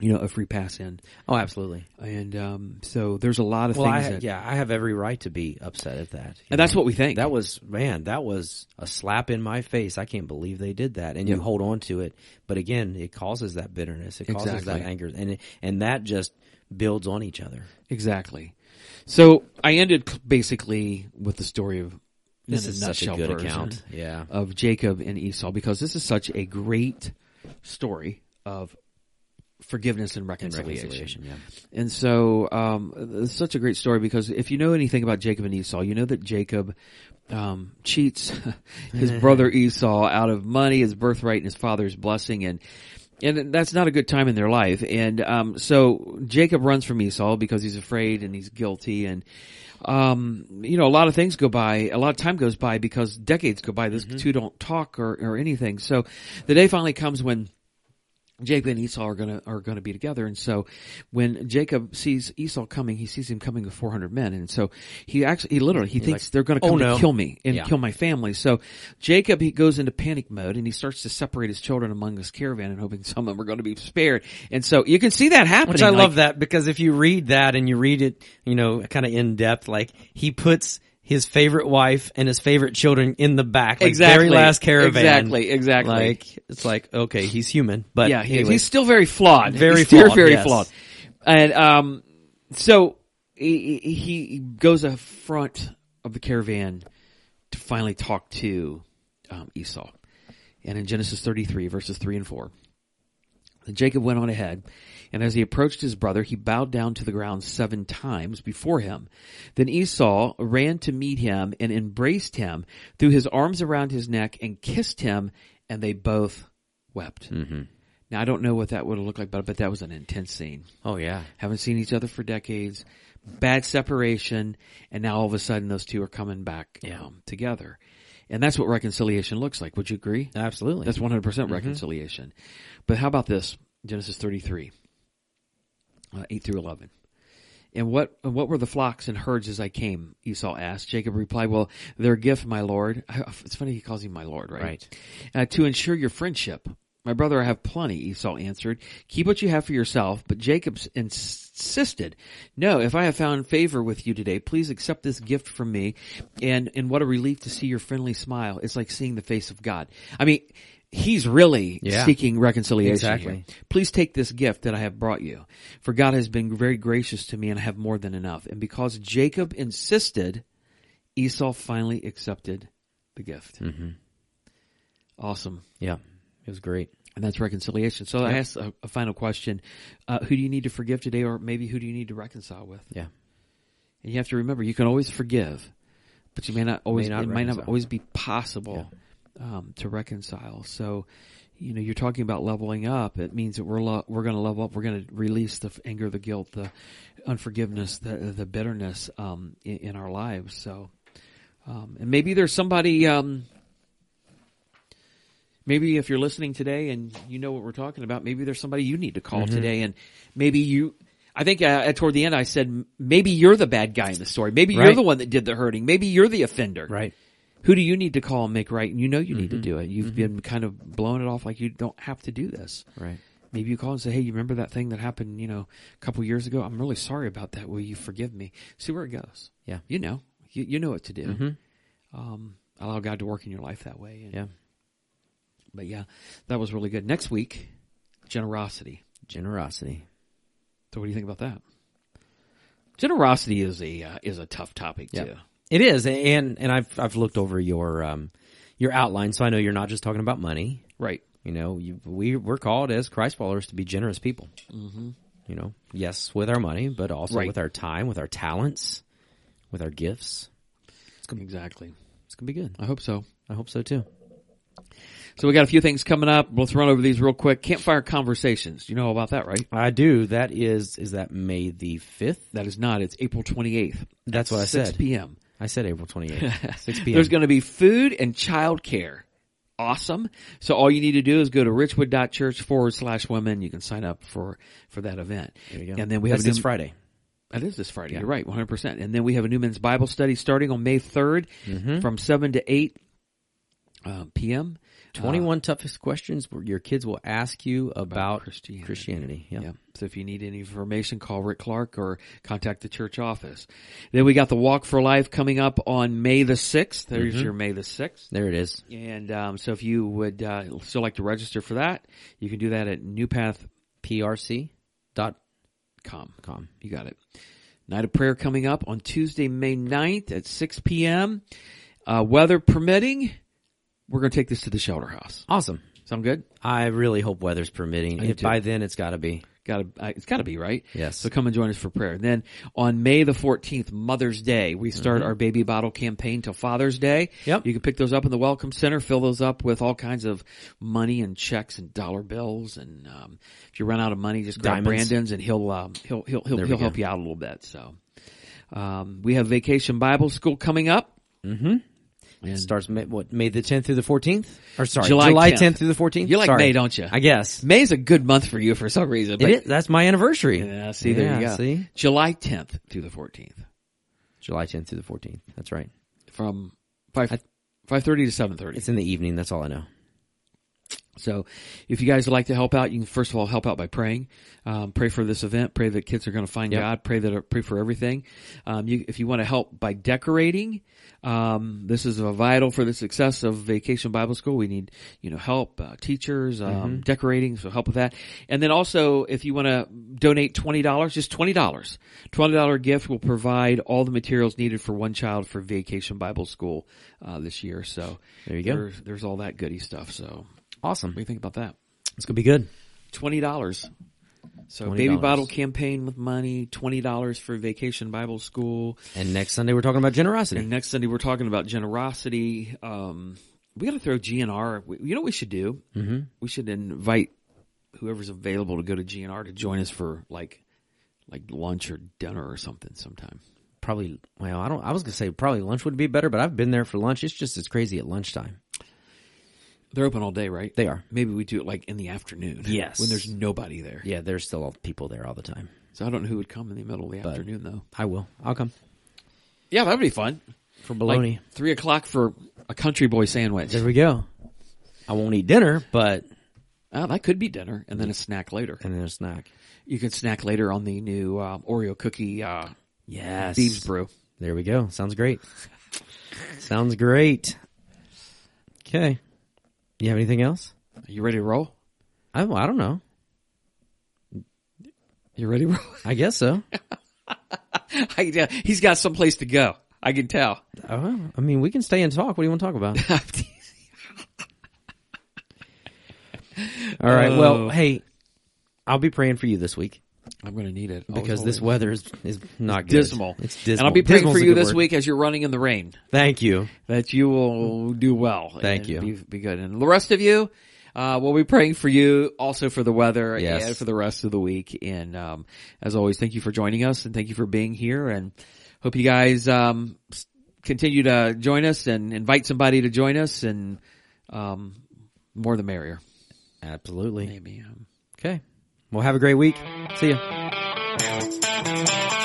Speaker 1: you know, a free pass in.
Speaker 2: Oh, absolutely.
Speaker 1: And um, so there's a lot of
Speaker 2: Well,
Speaker 1: things
Speaker 2: I,
Speaker 1: that,
Speaker 2: yeah, I have every right to be upset at that. you
Speaker 1: and that's what we think.
Speaker 2: That was man, that was a slap in my face. I can't believe they did that. And you hold on to it, but again, it causes that bitterness. It causes
Speaker 1: Exactly.
Speaker 2: that anger, and it- and that just builds on each other.
Speaker 1: exactly. So I ended c- basically with the story of
Speaker 2: This
Speaker 1: in
Speaker 2: is such a
Speaker 1: nutshell
Speaker 2: good
Speaker 1: version
Speaker 2: account. Yeah,
Speaker 1: of Jacob and Esau because this is such a great story of forgiveness and reconciliation.
Speaker 2: yeah.
Speaker 1: And so, um, it's such a great story because if you know anything about Jacob and Esau, you know that Jacob, um, cheats his brother Esau out of money, his birthright, and his father's blessing. And, and that's not a good time in their life. And um, so Jacob runs from Esau because he's afraid and he's guilty, and um, you know a lot of things go by, a lot of time goes by because decades go by. Those two don't talk or, or anything. So the day finally comes when Jacob and Esau are gonna are gonna be together, and so when Jacob sees Esau coming, he sees him coming with four hundred men, and so he actually he literally he thinks they're gonna come
Speaker 2: "Oh,
Speaker 1: to
Speaker 2: no."
Speaker 1: kill me and
Speaker 2: Yeah.
Speaker 1: kill my family. So Jacob he goes into panic mode and he starts to separate his children among his caravan and hoping some of them are going to be spared. And so you can see that happening.
Speaker 2: Which I
Speaker 1: like,
Speaker 2: love that because if you read that and you read it, you know, kind of in depth, like he puts his favorite wife and his favorite children in the back, like
Speaker 1: Exactly.
Speaker 2: very last caravan.
Speaker 1: Exactly, exactly.
Speaker 2: Like it's like okay, he's human, but
Speaker 1: yeah, he-
Speaker 2: anyway.
Speaker 1: he's still very flawed.
Speaker 2: Very
Speaker 1: he's still
Speaker 2: flawed,
Speaker 1: very
Speaker 2: yes.
Speaker 1: flawed. And um, so he, he- he goes a front of the caravan to finally talk to um, Esau. And in Genesis 33, verses 3 and 4, And Jacob went on ahead, and as he approached his brother, he bowed down to the ground seven times before him. Then Esau ran to meet him and embraced him, threw his arms around his neck, and kissed him, and they both wept. Mm-hmm. Now, I don't know what that would have looked like, but, but that was an intense scene.
Speaker 2: oh yeah,
Speaker 1: Haven't seen each other for decades, bad separation, and now all of a sudden those two are coming back um, together. And that's what reconciliation looks like. Would you agree?
Speaker 2: absolutely.
Speaker 1: That's 100% percent reconciliation. But how about this? Genesis 33, uh, 8 through 11. And what, and what were the flocks and herds as I came? Esau asked. Jacob replied, well, their gift, my lord. It's funny he calls him my lord, right?
Speaker 2: Right.
Speaker 1: Uh, to ensure your friendship. My brother, I have plenty, Esau answered. Keep what you have for yourself. But Jacob s- insisted, no, if I have found favor with you today, please accept this gift from me. And, and what a relief to see your friendly smile. It's like seeing the face of God. I mean, he's really
Speaker 2: Yeah.
Speaker 1: seeking reconciliation
Speaker 2: Exactly.
Speaker 1: here. Please take this gift that I have brought you, for God has been very gracious to me and I have more than enough. And because Jacob insisted, Esau finally accepted the gift. Awesome.
Speaker 2: yeah, it was great.
Speaker 1: And that's reconciliation. So I asked a, a final question. Uh, who do you need to forgive today or maybe who do you need to reconcile with?
Speaker 2: Yeah,
Speaker 1: And you have to remember, you can always forgive, but you may not always,
Speaker 2: May not
Speaker 1: it might not
Speaker 2: reconcile.
Speaker 1: always be possible, um, to reconcile. So, you know, you're talking about leveling up. It means that we're, lo- we're going to level up. We're going to release the f- anger, the guilt, the unforgiveness, the, the bitterness, um, in, in our lives. So, um, and maybe there's somebody, um, Maybe if you're listening today and you know what we're talking about, maybe there's somebody you need to call
Speaker 2: Mm-hmm.
Speaker 1: today and maybe you, I think uh, toward the end I said, m- maybe you're the bad guy in the story. Maybe you're
Speaker 2: Right.
Speaker 1: the one that did the hurting. Maybe you're the offender.
Speaker 2: right. Mm-hmm.
Speaker 1: Who do you need to call and make right? And you know you need to do it. You've been kind of blowing it off like you don't have to do this.
Speaker 2: Right.
Speaker 1: Maybe you call and say, hey, you remember that thing that happened, you know, a couple years ago? I'm really sorry about that. Will you forgive me? See where it goes.
Speaker 2: Yeah. Mm-hmm.
Speaker 1: You know, you, you know what to do. Um, allow God to work in your life that way. And,
Speaker 2: Yeah.
Speaker 1: but yeah, that was really good. Next week, generosity.
Speaker 2: Generosity.
Speaker 1: So what do you think about that? Generosity is a uh, is a tough topic too.
Speaker 2: Yeah. It is, and and I've I've looked over your um your outline, so I know you're not just talking about money.
Speaker 1: Right.
Speaker 2: You know, you, we we're called as Christ followers to be generous people. Mm-hmm. You know, yes, with our money, but also
Speaker 1: Right.
Speaker 2: with our time, with our talents, with our gifts.
Speaker 1: exactly.
Speaker 2: It's gonna be good.
Speaker 1: I hope so.
Speaker 2: I hope so too.
Speaker 1: So we got a few things coming up. Let's run over these real quick. Campfire conversations. You know about that, right?
Speaker 2: I do. That is is that May the fifth.
Speaker 1: That is not. It's April twenty eighth.
Speaker 2: That's what I
Speaker 1: 6
Speaker 2: said.
Speaker 1: p.m.
Speaker 2: I said April twenty eighth, six p.m.
Speaker 1: There's going to be food and child care. Awesome. So all you need to do is go to richwood.church forward slash women. You can sign up for, for that event. There
Speaker 2: you go.
Speaker 1: And then we have
Speaker 2: That's
Speaker 1: a new-
Speaker 2: this Friday.
Speaker 1: That is this Friday. You're right, 100%. And then we have a new men's Bible study starting on May 3rd
Speaker 2: Mm-hmm.
Speaker 1: from 7 to 8 uh, p.m.
Speaker 2: Twenty one toughest questions where your kids will ask you about
Speaker 1: Christianity.
Speaker 2: Christianity. Yeah.
Speaker 1: Yeah. So if you need any information, call Rick Clark or contact the church office. Then we got the Walk for Life coming up on May the 6th. There's
Speaker 2: Mm-hmm.
Speaker 1: your May the 6th.
Speaker 2: There it is.
Speaker 1: And um, so if you would uh, still like to register for that, you can do that at newpath.com.
Speaker 2: PRC.com.
Speaker 1: You got it. Night of prayer coming up on Tuesday, May 9th at 6 p.m. Uh, weather permitting, we're going to take this to the shelter house.
Speaker 2: Awesome.
Speaker 1: Sound good?
Speaker 2: I really hope weather's permitting. If
Speaker 1: too.
Speaker 2: by then it's got to be.
Speaker 1: Gotta, I- it's gotta be right.
Speaker 2: Yes.
Speaker 1: So come and join us for prayer. Then on May the 14th, Mother's Day, we start our baby bottle campaign till Father's Day.
Speaker 2: Mm-hmm. Yep.
Speaker 1: You can pick those up in the Welcome Center, fill those up with all kinds of money and checks and dollar bills. And, um, if you run out of money, just grab
Speaker 2: Diamonds.
Speaker 1: Brandon's and he'll, um, he'll, he'll, he'll,
Speaker 2: we
Speaker 1: he'll
Speaker 2: go.
Speaker 1: help you out a little bit. So, um, we have Vacation Bible School coming up.
Speaker 2: It starts May, what May the 10th through the 14th, or sorry,
Speaker 1: July
Speaker 2: July,
Speaker 1: 10th.
Speaker 2: 10th. through the 14th.
Speaker 1: You like
Speaker 2: Sorry.
Speaker 1: May, don't you?
Speaker 2: I guess.
Speaker 1: May's a good month for you for some reason. But
Speaker 2: It is- that's my anniversary.
Speaker 1: Yeah, see, there you
Speaker 2: Yeah,
Speaker 1: go.
Speaker 2: see?
Speaker 1: July 10th through the 14th
Speaker 2: July 10th through the 14th. That's right.
Speaker 1: from 5, 5.30 to 7.30.
Speaker 2: It's in the evening. That's all I know.
Speaker 1: So if you guys would like to help out, you can first of all help out by praying. Um, pray for this event. Pray that kids are going to find
Speaker 2: Yep.
Speaker 1: God. Pray that uh, pray for everything. Um, you, if you want to help by decorating, um, this is a vital for the success of Vacation Bible School. We need you know help, uh, teachers, um,
Speaker 2: Mm-hmm.
Speaker 1: decorating. So help with that. And then also if you want to donate twenty dollars, just twenty dollars, twenty dollar gift will provide all the materials needed for one child for Vacation Bible School uh, this year. So
Speaker 2: There you go.
Speaker 1: There's, there's all that goody stuff. So.
Speaker 2: Awesome.
Speaker 1: What do you think about that?
Speaker 2: It's gonna be good.
Speaker 1: Twenty dollars. So
Speaker 2: $20.
Speaker 1: baby bottle campaign with money, twenty dollars for vacation Bible school.
Speaker 2: And next Sunday we're talking about generosity.
Speaker 1: And next Sunday we're talking about generosity. Um, we got to throw GNR. we- You know what we should do? Mm-hmm. We should invite whoever's available to go to GNR to join us for like like lunch or dinner or something sometime.
Speaker 2: Probably. Well, I don't. I was gonna say probably lunch would be better, but I've been there for lunch. It's just as crazy at lunchtime.
Speaker 1: They're open all day, right?
Speaker 2: They are.
Speaker 1: Maybe we do it like in the afternoon.
Speaker 2: Yes.
Speaker 1: When there's nobody there.
Speaker 2: Yeah, there's still all- people there all the time.
Speaker 1: So I don't know who would come in the middle of the afternoon though.
Speaker 2: I will. I'll come
Speaker 1: Yeah, that'd be fun.
Speaker 2: for
Speaker 1: like
Speaker 2: bologna.
Speaker 1: three o'clock for a country boy sandwich.
Speaker 2: there we go. I won't eat dinner, but
Speaker 1: Oh, that could be dinner, and then a snack later.
Speaker 2: and then a snack.
Speaker 1: You can snack later on the new um, Oreo cookie uh,
Speaker 2: Yes.
Speaker 1: thieves brew.
Speaker 2: There we go. Sounds great. Sounds great. Okay. You have anything else?
Speaker 1: Are you ready to roll?
Speaker 2: I, well, I don't know.
Speaker 1: You ready to roll?
Speaker 2: I guess so.
Speaker 1: I, yeah, he's got someplace to go. I can tell.
Speaker 2: Uh, I mean, we can stay and talk. What do you want to talk about? All right.
Speaker 1: Oh.
Speaker 2: Well, hey, I'll be praying for you this week
Speaker 1: I'm going to need it I was
Speaker 2: because
Speaker 1: hoping-
Speaker 2: this weather is, is not good.
Speaker 1: dismal.
Speaker 2: It's dismal.
Speaker 1: And I'll be praying
Speaker 2: Dismal's
Speaker 1: for
Speaker 2: a
Speaker 1: you
Speaker 2: good
Speaker 1: this
Speaker 2: word.
Speaker 1: week as you're running in the rain
Speaker 2: Thank you.
Speaker 1: that you will do well.
Speaker 2: Mm-hmm. Thank
Speaker 1: and Be,
Speaker 2: you.
Speaker 1: be good. And the rest of you, uh, we'll be praying for you also for the weather
Speaker 2: Yes.
Speaker 1: and for the rest of the week. And, um, as always, thank you for joining us and thank you for being here and hope you guys, um, s- continue to join us and invite somebody to join us and, um, more the merrier.
Speaker 2: Absolutely.
Speaker 1: Maybe. Um,
Speaker 2: Okay. Well, have a great week. See ya.